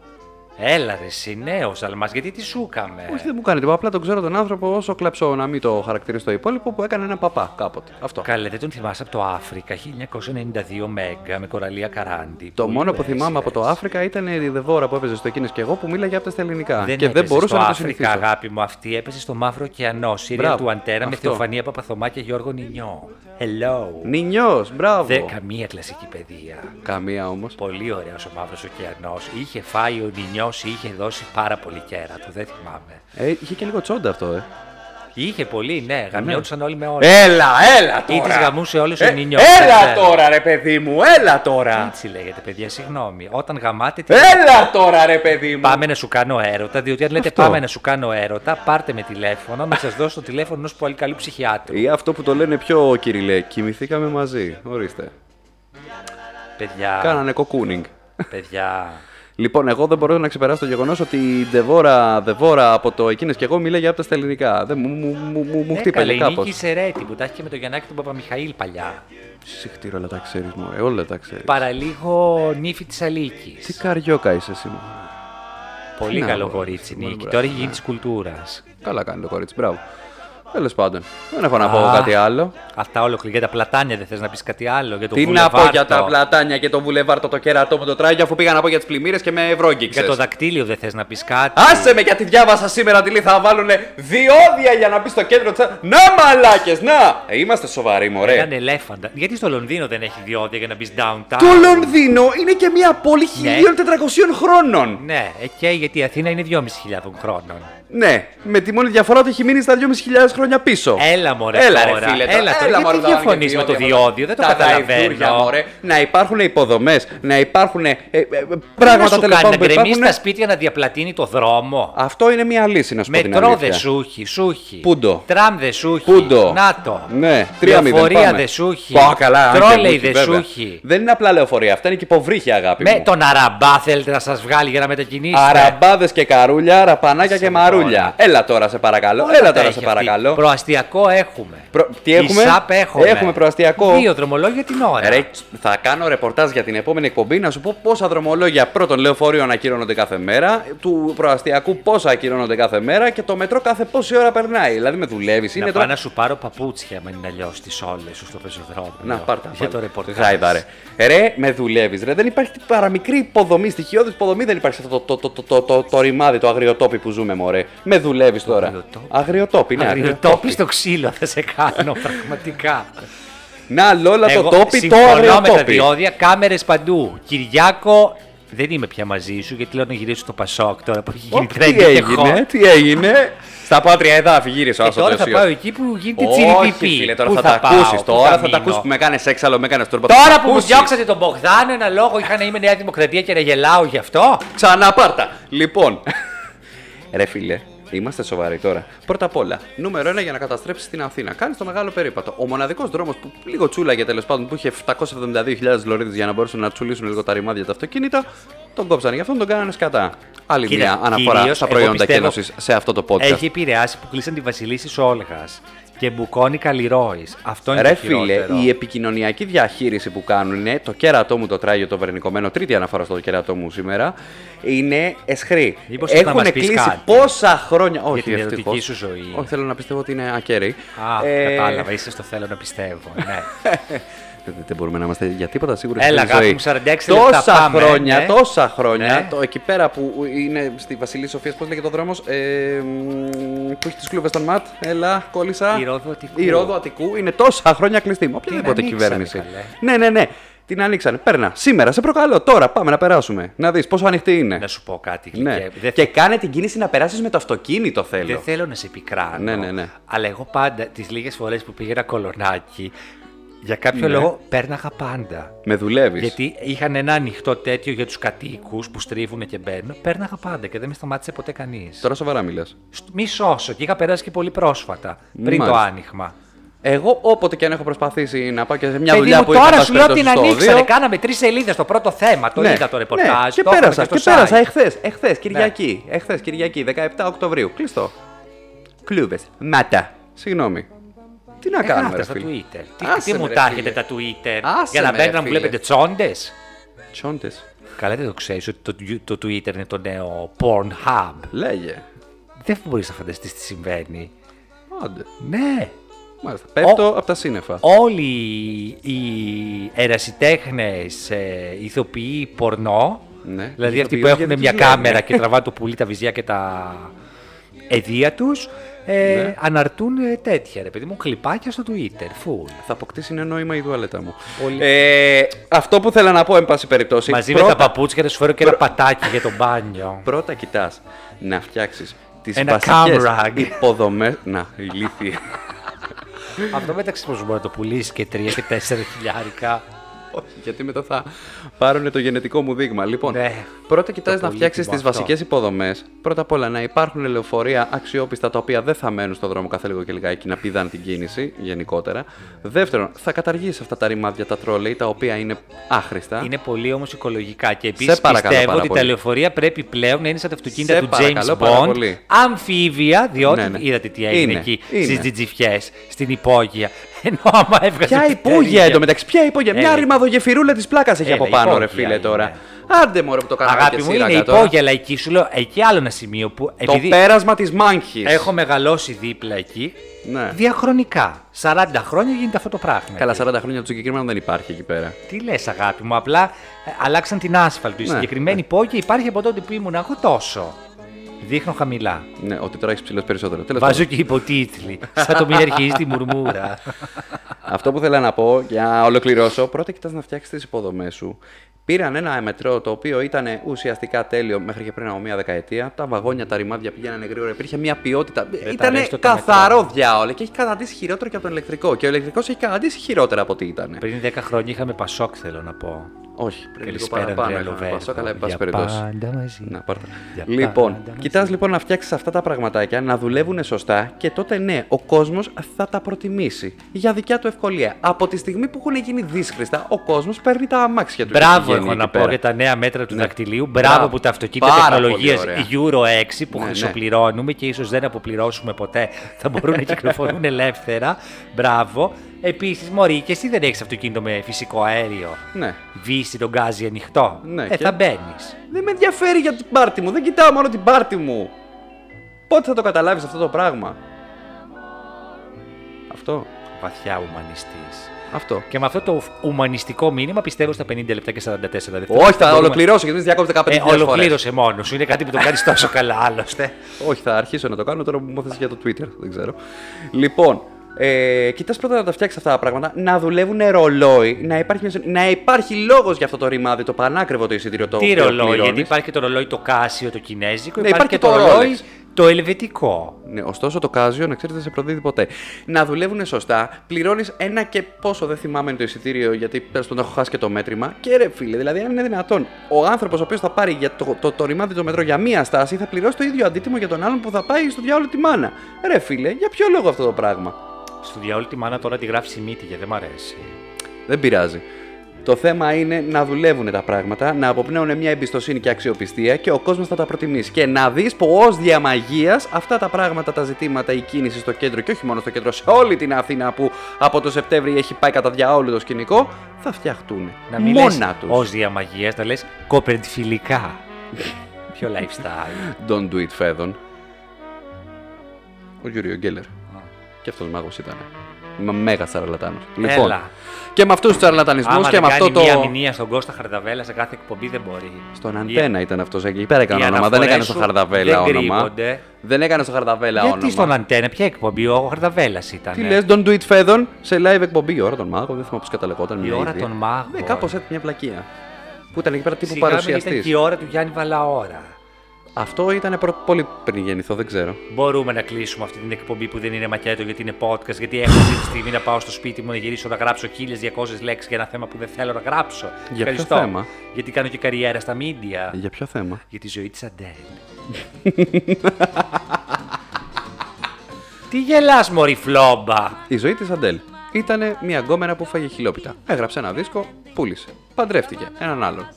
D: Έλα ρε, εσύ νέος Ζαλμά, γιατί τι σου έκαμε.
E: Όχι, δεν μου κάνει τίποτα. Απλά τον ξέρω τον άνθρωπο όσο κλαψώ να μην το χαρακτηρίσω το υπόλοιπο που έκανε ένα παπά κάποτε. Αυτό.
D: Καλέ, δεν τον θυμάσαι από το Αφρικα 1992 Μέγκα με κοραλία Καράντη.
E: Το
D: Πού
E: μόνο που
D: έπαιζε,
E: θυμάμαι από το
D: ρε.
E: Αφρικα ήταν η δεβόρα που έπαιζε στο εκείνο και εγώ που μίλαγε από τα στα ελληνικά. και δεν
D: έπαιζες
E: μπορούσα
D: στο
E: να το
D: Αφρικα,
E: συνηθίσω.
D: αγάπη μου, αυτή έπεσε στο Μαύρο Ωκεανό. Σύρια
E: Μπράβο,
D: του Αντένα με
E: αυτό.
D: Θεοφανία Παπαθωμά και Γιώργο Νινιό. Hello.
E: Νινιός, μπράβο.
D: Δε καμία κλασική παιδεία.
E: Καμία όμως.
D: Πολύ ωραίο ο Μαύρος Ωκεανός. Είχε φάει ο Νινιό, είχε δώσει πάρα πολύ κέρα του, δεν θυμάμαι.
E: Ε, είχε και λίγο τσόντα αυτό, ε.
D: Είχε πολύ, ναι. Γαμιόντουσαν όλοι με όλους.
E: Έλα, έλα
D: Ή
E: τώρα.
D: τις γαμούσε όλους ο
E: Ε,
D: Νίνιος.
E: Έλα
D: δεν ξέρω.
E: τώρα, ρε παιδί μου, έλα τώρα.
D: Έτσι λέγεται, παιδιά, συγγνώμη. Όταν γαμάτε. τι-
E: Έλα τώρα, ρε παιδί μου.
D: Πάμε να σου κάνω έρωτα, διότι αν λέτε
E: Αυτό.
D: πάμε να σου κάνω έρωτα, πάρτε με τηλέφωνο, να σας δώσω το τηλέφωνο ενός πολύ καλού ψυχιάτρου.
E: Ή αυτό που το λένε πιο κυριλέ, κοιμηθήκαμε μαζί. Ορίστε.
D: Παιδιά,
E: Κάνανε κοκκούνινγκ.
D: παιδιά.
E: Λοιπόν, εγώ δεν μπορώ να ξεπεράσω το γεγονός ότι η Δεβόρα, Δεβόρα από το εκείνες και εγώ μίλαγε από τα στα ελληνικά. Δεν μου, μου, μου, μου, μου
D: Ναι,
E: χτύπαγε
D: καλέ, η
E: κάπως.
D: Νίκη Σερέτη που τα έχει και με τον Γιαννάκη τον Παπαμιχαήλ παλιά.
E: Ε, Συχτήρα, όλα τα ξέρεις, Μωρέ, όλα τα ξέρεις.
D: Παραλίγο νύφη της Αλίκης.
E: Τι καριόκα είσαι εσύ μου.
D: Πολύ
E: να
D: καλό
E: πω,
D: κορίτσι,
E: μόνο
D: Νίκη.
E: μπράβο,
D: Τώρα έχει
E: ναι.
D: γίνει της κουλτούρας.
E: Καλά κάνει το κορίτσι, μπράβο. Τέλος πάντων, δεν έχω να πω
D: Α,
E: κάτι άλλο.
D: Αυτά ολοκληρώνει. Για τα πλατάνια δεν θες να πεις κάτι άλλο. Για το
E: Τι να πω για
D: βουλεβάρτο.
E: τα πλατάνια και το βουλεβάρτο το κερατό μου το τράγιο, αφού πήγα να πω για τις πλημμύρες και με ευρώγγιξες.
D: Για το δακτύλιο δεν θες να πεις κάτι.
E: Άσε με γιατί διάβασα σήμερα ότι λέει θα βάλουν διόδια για να μπεις στο κέντρο της. Να μαλάκες, να! Ε, είμαστε σοβαροί, μωρέ.
D: Έναν ελέφαντα. Γιατί στο Λονδίνο δεν έχει διόδια για να μπεις downtown.
E: Το Λονδίνο είναι και μια πόλη 1400 χρόνων.
D: Ναι, ε, και γιατί η Αθήνα είναι 2.500 χρόνων.
E: Ναι, με τη μόνη διαφορά ότι έχει μείνει στα 2.500 χρόνια πίσω.
D: Έλα, μωρέ,
E: έλα,
D: τώρα.
E: Ρε, φίλε,
D: Έλα, τώρα, γιατί
E: μωρέ, τώρα,
D: διαφωνείς
E: και
D: με το
E: διόδια,
D: διόδιο, δεν το
E: τα
D: καταλαβαίνω.
E: δαϊδούρια, μωρέ. Να υπάρχουν υποδομές, να υπάρχουν ε, ε, ε, πράγματα
D: να σου
E: τέλος
D: κάνεις να
E: πάντων που
D: γκρεμεί
E: υπάρχουν. ε,
D: τα σπίτια να διαπλατείνει το δρόμο.
E: Αυτό είναι μια λύση, να σου πω την
D: Μετρό δε
E: αλήθεια.
D: σούχι, σούχι.
E: Πούντο.
D: Τραμ δε σούχι.
E: Πούντο.
D: Νάτο.
E: Ναι, τρία μηδέν.
D: Λεωφορεία
E: πάμε.
D: δε σούχι.
E: Πω, καλά, άντε,
D: Τρόλεϊ
E: μούχι,
D: δε
E: βέβαια.
D: σούχι.
E: Δεν είναι απλά λεωφορεία, αυτά είναι και υποβρύχια, αγάπη
D: Με
E: μου.
D: τον αραμπά θέλετε να σας βγάλει για να μετακινήσετε.
E: Αραμπάδες και καρούλια, ραπανάκια και μαρούλια. Έλα τώρα, σε παρακαλώ.
D: Όλα
E: Έλα
D: τα
E: τώρα,
D: έχει αυτή.
E: σε παρακαλώ.
D: Προαστιακό έχουμε.
E: Προ- τι έχουμε?
D: Η ΣΑΠ έχουμε.
E: Έχουμε προαστιακό.
D: Δύο δρομολόγια την ώρα.
E: Ρε, θα κάνω ρεπορτάζ για την επόμενη εκπομπή να σου πω πόσα δρομολόγια πρώτων λεωφορείων ακυρώνονται κάθε μέρα, του προαστιακού πόσα ακυρώνονται κάθε μέρα και το μετρό κάθε πόση ώρα περνάει. Δηλαδή με δουλεύεις,
D: να
E: είναι
D: πάω
E: τώρα.
D: να σου πάρω παπούτσια, αν είναι αλλιώς τις όλες σου στο πεζοδρόμιο.
E: Να πάρτα.
D: Για το ρεπορτάζ.
E: Γάιδα, ρε. Ρε, με δουλεύεις. Ρε, δεν υπάρχει παραμικρή υποδομή, στοιχειώδης υποδομή. Δεν υπάρχει αυτό το, το, το, το, το, το, το ρημάδι, το αγριοτόπι που ζούμε, μωρέ. Με δουλεύεις τώρα.
D: αγριοτόπι.
E: Αγριοτόπι, ναι.
D: Αγριοτόπι στο ξύλο θα σε κάνω, πραγματικά.
E: Να, λόλα το
D: Εγώ
E: τόπι, το
D: συμφωνώ με τα
E: αγριοτόπι.
D: διόδια, κάμερες παντού. Κυριάκο, δεν είμαι πια μαζί σου γιατί λέω να γυρίσω στο Πασόκ τώρα που έχει γίνει
E: Οπ, Τι
D: τρένο και
E: έγινε,
D: χώρο.
E: τι έγινε. Στα πάτρια εδάφη γύρισα
D: Και
E: όσο
D: Ε, τώρα θα
E: πλαισίω.
D: πάω εκεί που γίνεται
E: Όχι,
D: τσιριπιπί.
E: φίλε, τώρα
D: Πού
E: θα, τα
D: πάω,
E: ακούσεις.
D: πού
E: Τώρα θα τα
D: μείνω.
E: ακούσεις που με έκανε έξαλλο, με έκανε τουρμπα.
D: Τώρα που μου διώξατε τον Μπογδάνο, ένα λόγο είχα να είμαι Νέα Δημοκρατία και να γελάω γι' αυτό.
E: Ξαναπάρτα. Λοιπόν. Ρε φίλε, είμαστε σοβαροί τώρα. Πρώτα απ' όλα, νούμερο ένα για να καταστρέψεις την Αθήνα. Κάνεις το μεγάλο περίπατο. Ο μοναδικός δρόμος που λίγο τσούλαγε τέλος πάντων, που είχε 772.000 λωρίδες για να μπορούσαν να τσουλήσουν λίγο τα ρημάδια τα αυτοκίνητα, τον κόψανε γι' αυτόν τον κάνανε σκατά. Άλλη
D: Κοίτα,
E: μια αναφορά
D: κυρίως,
E: στα
D: εγώ
E: προϊόντα
D: πιστεύω-
E: κένωση σε αυτό το podcast.
D: Έχει επηρεάσει που κλείσαν τη Βασιλίση Σόλγας και μπουκώνει Καλλιρόης. Αυτό είναι
E: Ρε
D: το
E: φίλε,
D: χειρότερο.
E: η επικοινωνιακή διαχείριση που κάνουν είναι το κέρατό μου το τράγιο το βερνικομένο, τρίτη αναφορά στο κέρατό μου σήμερα, είναι εσχρή.
D: Μήπως θες να
E: Έχουν
D: μας πεις
E: κλείσει
D: κάτι
E: πόσα χρόνια. Όχι,
D: την ερωτική
E: ευτυχώς.
D: σου ζωή.
E: Όχι, θέλω να πιστεύω ότι είναι ακέραιοι.
D: Α,
E: Ε,
D: κατάλαβα, είσαι στο θέλω να πιστεύω. Ναι.
E: Δεν δεν μπορούμε να είμαστε για τίποτα σίγουροι
D: Έλα,
E: στην ζωή.
D: αγάπη μου, 46 λεπτά
E: τόσα
D: πάμε,
E: χρόνια,
D: ναι.
E: τόσα χρόνια,
D: Ναι.
E: το, εκεί πέρα που είναι στη Βασιλή Σοφίας, πώς λέγεται ο δρόμος, ε, μ, που έχει τις κλούβες των ΜΑΤ, έλα, κόλλησα.
D: Η Ρόδου Αττικού.
E: Η Ρόδου Αττικού είναι τόσα χρόνια κλειστή. Μα οποιαδήποτε
D: ανοίξανε,
E: κυβέρνηση.
D: καλέ.
E: Ναι, ναι, ναι. Την ανοίξανε. Παίρνα. Σήμερα, σε προκαλώ. Τώρα πάμε να περάσουμε. Να δεις πόσο ανοιχτή είναι.
D: να σου πω κάτι,
E: ναι.
D: Γλυκέ. Δεν
E: Και κάνε την κίνηση να περάσεις με το αυτοκίνητο θέλω.
D: Δεν θέλω να σε πικράνω.
E: Ναι, ναι, ναι.
D: Αλλά εγώ πάντα, τις λίγες φορές που πήγαινα κολονάκι, για κάποιο
E: Ναι.
D: λόγο πέρναγα πάντα.
E: Με δουλεύεις.
D: Γιατί είχαν ένα ανοιχτό τέτοιο για τους κατοίκους που στρίβουν και μπαίνουν. Πέρναγα πάντα και δεν με σταμάτησε ποτέ κανείς.
E: Τώρα σοβαρά μιλάς.
D: Μη σώσω και είχα περάσει και πολύ πρόσφατα πριν το
E: Ναι, Μάλιστα.
D: άνοιγμα.
E: Εγώ όποτε και αν έχω προσπαθήσει να πάω και σε μια
D: Παιδί
E: δουλειά
D: μου,
E: που
D: τώρα
E: είχα
D: σου λέω
E: πάση
D: την
E: περιπτώσει, στο
D: ανοίξανε.
E: δύο,
D: Κάναμε τρεις σελίδες το πρώτο θέμα. Το είδα το ρεπορτάζ.
E: ναι, και
D: το έφερα
E: πέρασα,
D: στο
E: και
D: site. Ναι.
E: πέρασα εχθές, εχθές Κυριακή. Εχθές Κυριακή, 17 Οκτωβρίου. Κλειστό. Κλούβες. Μάτα. Συγγνώμη. Τι να
D: Ε,
E: κάνουμε,
D: γράφτε
E: ρε
D: στα
E: φίλε.
D: Twitter. Τι,
E: Άσε
D: τι
E: με,
D: μου
E: ρε,
D: τα
E: φίλε.
D: έχετε τα Twitter
E: Άσε
D: για να
E: με,
D: μπαίνετε
E: ρε,
D: να μου
E: φίλε.
D: βλέπετε τσόντες.
E: Τσόντες.
D: Καλά δεν το ξέρεις ότι το, το Twitter είναι το νέο Pornhub.
E: Λέγε.
D: Δεν μπορείς να φανταστείς τι συμβαίνει.
E: Άντε.
D: Ναι.
E: Μάλιστα. Πέφτω από τα σύννεφα.
D: Όλοι οι ερασιτέχνες, ηθοποιοί πορνό,
E: Ναι.
D: δηλαδή αυτοί που
E: Ηθοποιοί,
D: έχουν
E: γιατί
D: μια
E: τους λένε.
D: κάμερα και τραβάνε το πουλί, τα βυζιά και τα εδία τους, ε,
E: Ναι.
D: αναρτούν ε, τέτοια ρε παιδί μου, κλιπάκια στο Twitter. Φουλ.
E: Θα αποκτήσει ένα νόημα η δουαλέτα μου.
D: Πολύ.
E: Ε, αυτό που θέλω να πω, εν πάση περιπτώσει.
D: Μαζί με
E: πρώτα-
D: τα παπούτσια να σου φέρω και ένα πατάκι για το μπάνιο.
E: Πρώτα κοιτάς να φτιάξεις τις
D: Ένα
E: βασικές
D: cam rag.
E: υποδομές... Να, ηλίθιε.
D: Αυτό μεταξύ μας μπορεί να το πουλήσεις και 3 και 4 χιλιάρικα.
E: Όχι, γιατί μετά θα πάρουν το γενετικό μου δείγμα. Λοιπόν,
D: Ναι.
E: πρώτα κοιτάζει
D: Το
E: να φτιάξεις τις
D: πολύτιμο αυτό.
E: βασικές υποδομές. Πρώτα απ' όλα να υπάρχουν λεωφορεία αξιόπιστα τα οποία δεν θα μένουν στον δρόμο κάθε λίγο και λιγάκι να πηδάνε την κίνηση γενικότερα. Δεύτερον, θα καταργήσεις αυτά τα ρημάδια, τα τρόλεϊ, τα οποία είναι άχρηστα.
D: Είναι πολύ όμως οικολογικά. Και επίσης
E: παρακαλώ
D: πιστεύω
E: πάρα
D: ότι
E: πολύ.
D: τα λεωφορεία πρέπει πλέον να είναι σαν τα αυτοκίνητα
E: Σε
D: του
E: παρακαλώ
D: James
E: πάρα
D: Bond.
E: πολύ.
D: Αμφίβια, διότι
E: Ναι, ναι.
D: είδατε τι έγινε
E: Είναι,
D: εκεί
E: είναι.
D: στις τζιτζιφιές, στην υπόγεια. Ενώ άμα έβγαζε.
E: Ποια
D: την
E: υπόγεια
D: τέτοια-
E: εντωμεταξύ, ποια υπόγεια. Μια
D: Έλα.
E: ρημαδογεφυρούλα της πλάκας έχει
D: Έλα,
E: από πάνω, ρε
D: υπόγεια
E: φίλε
D: Ε, είναι.
E: τώρα. Άντε μωρέ που το κάναμε
D: Αγάπη
E: και
D: μου,
E: σύραγγα
D: είναι
E: τώρα.
D: υπόγεια, αλλά εκεί σου λέω εκεί άλλο ένα σημείο που.
E: Το
D: Επειδή
E: πέρασμα της μάνχη.
D: έχω μεγαλώσει δίπλα εκεί.
E: Ναι.
D: Διαχρονικά. 40 χρόνια γίνεται αυτό το πράγμα.
E: Καλά,
D: εκεί.
E: 40 χρόνια του συγκεκριμένου δεν υπάρχει εκεί πέρα.
D: Τι λες, αγάπη μου, απλά ε, αλλάξαν την άσφαλτο. Η
E: Ναι,
D: συγκεκριμένη
E: ναι.
D: υπόγεια υπάρχει από τότε που ήμουν εγώ τόσο. Δείχνω χαμηλά.
E: Ναι, ότι τώρα έχεις ψηλό περισσότερο. Τέλος
D: Βάζω και υποτίτλοι. Σαν το μην αρχίζει τη μουρμούρα.
E: Αυτό που θέλω να πω για να ολοκληρώσω, πρώτα κοιτάς να φτιάξεις τις υποδομές σου. Πήραν ένα μετρό το οποίο ήταν ουσιαστικά τέλειο μέχρι και πριν από μία δεκαετία. Τα βαγόνια, τα ρημάδια πηγαίνανε γρήγορα, υπήρχε μία ποιότητα.
D: τα
E: Ήταν
D: αρέσει το τα
E: καθαρό
D: μετρό.
E: διάολο και έχει καταντήσει χειρότερο και από τον ηλεκτρικό. Και ο ηλεκτρικός έχει καταντήσει χειρότερα από ό,τι ήταν.
D: Πριν 10 χρόνια είχαμε πασόκ, θέλω να πω.
E: Όχι, πριν λίγο
D: Καλησπέρα,
E: παραπάνω.
D: Ανδρέα
E: είχαμε
D: Λοβέρδο.
E: Πασόκ, αλλά εν πάση
D: Για
E: περιπτώσει.
D: πάντα μαζί.
E: Να πάρτε.
D: Για
E: Λοιπόν,
D: πάντα μαζί.
E: κοιτάς λοιπόν να φτιάξεις αυτά τα πραγματάκια, να δουλεύουν σωστά και τότε ναι, ο κόσμος θα τα προτιμήσει για δικιά του ευκολία. Από τη στιγμή που έχουν γίνει δύσκολα, ο κόσμος παίρνει τα αμάξια του. και
D: Μπράβο,
E: πηγαίνει
D: έχω
E: εκεί
D: να πω
E: πέρα.
D: για τα νέα μέτρα του
E: Ναι.
D: δακτυλίου. Μπράβο που τα αυτοκίνητα
E: Πάρα
D: τεχνολογία
E: πολύ ωραία.
D: Euro 6 που
E: Ναι, ναι.
D: χρυσοπληρώνουμε και ίσως δεν αποπληρώσουμε ποτέ θα μπορούν να κυκλοφορούν ελεύθερα. Μπράβο. Επίσης, Μωρή, και εσύ δεν έχεις αυτοκίνητο με φυσικό αέριο.
E: Ναι.
D: Βύση τον γκάζι ανοιχτό.
E: Ναι,
D: ε,
E: και-
D: θα μπαίνεις.
E: Δεν με ενδιαφέρει για την πάρτη μου, δεν κοιτάω μόνο την πάρτη μου. Πότε θα το καταλάβεις αυτό το πράγμα. Αυτό.
D: Βαθιά ουμανιστής.
E: Αυτό.
D: Και με αυτό το ουμανιστικό μήνυμα πιστεύω στα 50 λεπτά και 44 δευτερόλεπτα.
E: Όχι, θα
D: μπορούμε-
E: ολοκληρώσω γιατί δεν 15
D: Ε,
E: φορές.
D: ολοκλήρωσε μόνος σου. Είναι κάτι που το κάνεις τόσο καλά άλλωστε.
E: Όχι, θα αρχίσω να το κάνω τώρα που μου έθεσε για το Twitter. Δεν ξέρω. Λοιπόν, ε, κοιτάς πρώτα να τα φτιάξεις αυτά τα πράγματα, να δουλεύουν ρολόι, να υπάρχει, μιας συν- να υπάρχει λόγος για αυτό το ρημάδι, το πανάκριβο το εισιτήριο το
D: Τι
E: οποίο
D: ρολόι,
E: πληρώνεις.
D: γιατί υπάρχει και το ρολόι το κάσιο, το κινέζικο,
E: Ναι,
D: υπάρχει,
E: υπάρχει
D: και το,
E: το
D: ρολόι
E: Rolex.
D: το ελβετικό.
E: Ναι, ωστόσο το Casio, να ξέρετε, δεν σε προδίδει ποτέ. Να δουλεύουν σωστά, πληρώνεις ένα και πόσο δεν θυμάμαι είναι το εισιτήριο, γιατί πέρα τον έχω χάσει και το μέτρημα. Και ρε φίλε, δηλαδή, αν είναι δυνατόν, ο άνθρωπος ο οποίος θα πάρει για το, το, το ρημάδι το μετρό για μία στάση, θα πληρώσει το ίδιο αντίτιμο για τον άλλον που θα πάει στο διάολο τη μάνα. Ρε φίλε, για ποιο λόγο αυτό το πράγμα.
D: Στο διαόλου τη μάνα τώρα τη γράφει η μύτη και δεν μ' αρέσει.
E: Δεν πειράζει. Το θέμα είναι να δουλεύουν τα πράγματα, να αποπνέουν μια εμπιστοσύνη και αξιοπιστία και ο κόσμος θα τα προτιμήσει. Και να δεις που ω διαμαγεία αυτά τα πράγματα, τα ζητήματα, η κίνηση στο κέντρο και όχι μόνο στο κέντρο, σε όλη την Αθήνα που από το Σεπτέμβριο έχει πάει κατά διαόλου το σκηνικό, θα φτιαχτούν.
D: Να μην
E: Μόνα τους.
D: ως διαμαγεία, να λες κοπεντφιλικά. Πιο lifestyle.
E: Don't do it, Φέδων. Ο Γιούριο Γκέλλερ. Και αυτός μάγο ήταν. Είμαι μέγας σαρλατάνο. Λοιπόν.
D: Έλα.
E: Και με αυτούς τους σαρλατανισμού
D: Άμα
E: και
D: δεν
E: με αυτό
D: κάνει
E: το.
D: μία μηνύα στον Κώστα Χαρδαβέλα σε κάθε εκπομπή δεν μπορεί.
E: Στον
D: Οι-
E: Αντένα ήταν αυτός εκεί. Πέρα
D: οι
E: έκανε όνομα. Δεν
D: αναφορές
E: έκανε στο
D: σου
E: Χαρδαβέλα
D: δεν
E: όνομα.
D: κρύβονται.
E: Δεν έκανε στο Χαρδαβέλα
D: Γιατί
E: όνομα.
D: στον Αντένα, ποια εκπομπή, ο Χαρδαβέλας ήταν. ε?
E: Τι λες, don't do it φέδων σε live εκπομπή. Η ώρα των μάγων, δεν θυμάμαι πώς καταλεγόταν.
D: Η
E: μια
D: ώρα
E: ίδια.
D: των μάγων.
E: Ναι, κάπως έτσι μια πλακία. Που ήταν εκεί πέρα τύπου
D: Σιγά μην ήταν
E: παρουσιαστής.
D: και η ώρα του Γιάννη Βαλαώρα.
E: Αυτό ήταν προ... πολύ πριν γεννηθώ, δεν ξέρω.
D: Μπορούμε να κλείσουμε αυτή την εκπομπή που δεν είναι μακέτο γιατί είναι podcast. Γιατί έχω αυτή τη στιγμή να πάω στο σπίτι μου να γυρίσω να γράψω 1200 λέξεις για ένα θέμα που δεν θέλω να γράψω.
E: ποιο θέμα?
D: Γιατί κάνω και καριέρα στα μίντια.
E: Για ποιο θέμα.
D: Για τη ζωή της Αντέλ. Τι γελάς μωρή φλόμπα.
E: Η ζωή της Αντέλ. Ήταν μια γκόμενα που φάγε χιλόπιτα. Έγραψε ένα δίσκο, πούλησε. Παντρεύτηκε έναν άλλον.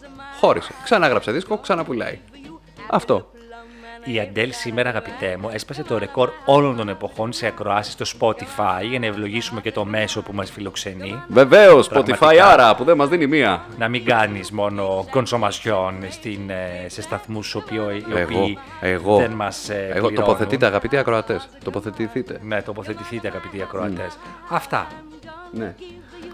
E: Χώρισε. Ξανάγραψε δίσκο, ξαναπουλάει. Αυτό.
D: Η Αντέλ σήμερα, αγαπητέ μου, έσπασε το ρεκόρ όλων των εποχών σε ακροάσεις στο Spotify για να ευλογήσουμε και το μέσο που μας φιλοξενεί.
E: Βεβαίως, Spotify
D: Πραγματικά.
E: άρα που δεν μας δίνει μία.
D: να μην κάνεις μόνο κονσομασιόν στην, ε, σε σταθμούς οι οποίοι
E: Εγώ, εγώ,
D: δεν μας.
E: εγώ τοποθετείτε αγαπητοί ακροατές. Τοποθετηθείτε.
D: Ναι, τοποθετηθείτε αγαπητοί ακροατές. Αυτά.
E: Ναι.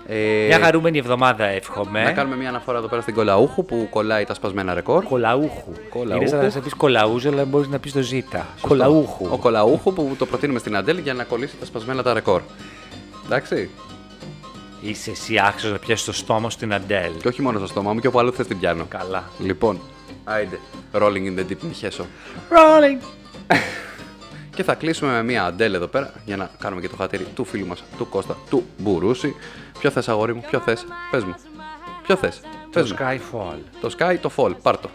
E: Ε,
D: Μια χαρούμενη εβδομάδα εύχομαι.
E: να κάνουμε μια αναφορά εδώ πέρα στην Κολαούχου που κολλάει τα σπασμένα ρεκόρ.
D: Κολαούχου.
E: Κολαούχου.
D: Είναι σαν να σε πεις κολαούζο, αλλά μπορείς να πεις το ζήτα. Κολαούχου.
E: Ο Κολαούχου που το προτείνουμε στην Αντέλ για να κολλήσει τα σπασμένα τα ρεκόρ. Εντάξει.
D: Είσαι εσύ άξιος να πιάσεις το στόμα στην Αντέλ.
E: Και όχι μόνο στο στόμα μου και όπου αλλού θες την πιάνω.
D: Καλά.
E: Λοιπόν, άιντε. Rolling in the deep, μη χέσω.
D: Rolling.
E: Και θα κλείσουμε με μία αντέλ εδώ πέρα για να κάνουμε και το χατήρι του φίλου μας, του Κώστα, του Μπουρούση. Ποιο θες, αγόρι μου, ποιο θες, πες μου. Ποιο θες, πες μου.
D: Το Skyfall.
E: Το Sky, το Fall, πάρτο.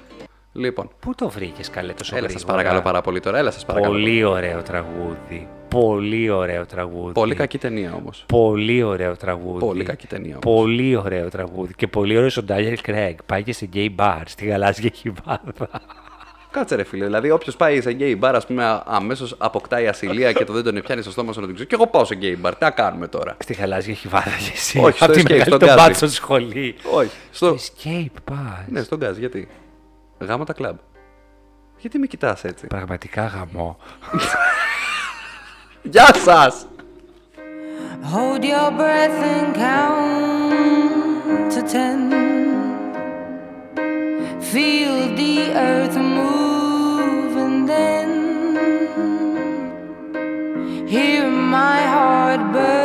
E: Λοιπόν,
D: Πού το βρήκες καλέ τόσο
E: έλα σας
D: γρήγορα?
E: παρακαλώ πάρα πολύ τώρα, έλα σας παρακαλώ.
D: Πολύ ωραίο τραγούδι. Πολύ ωραίο τραγούδι.
E: Πολύ κακή ταινία όμως.
D: Πολύ ωραίο τραγούδι.
E: Πολύ κακή ταινία όμως.
D: Πολύ ωραίο τραγούδι. Και πολύ ωραίο ο Ντάνιελ Κρέγκ. Πάει και σε gay bar στη γαλάζια χιβάδα.
E: Κάτσε ρε φίλε. Δηλαδή, όποιος πάει σε γκέι μπαρ, ας πούμε, αμέσως αποκτάει ασυλία και το δεν τον πιάνει στο στόμα σου να τον ξέρεις. Και εγώ πάω σε γκέι μπαρ. Τι να κάνουμε τώρα.
D: Στη γαλάζια χιβάδα και εσύ.
E: Όχι, στο
D: Απ' τη
E: escape, στον
D: μεγαλύτερη
E: Gatsby.
D: μπάτσο σχολή.
E: Όχι. Στο...
D: Escape bar.
E: ναι, στον γκάζ, γιατί. Γάμα τα κλαμπ. Γιατί με κοιτάς έτσι.
D: Πραγματικά γαμό.
E: Γεια σας!
F: Hold your breath and count to ten. Feel the earth move and then hear my heart burn.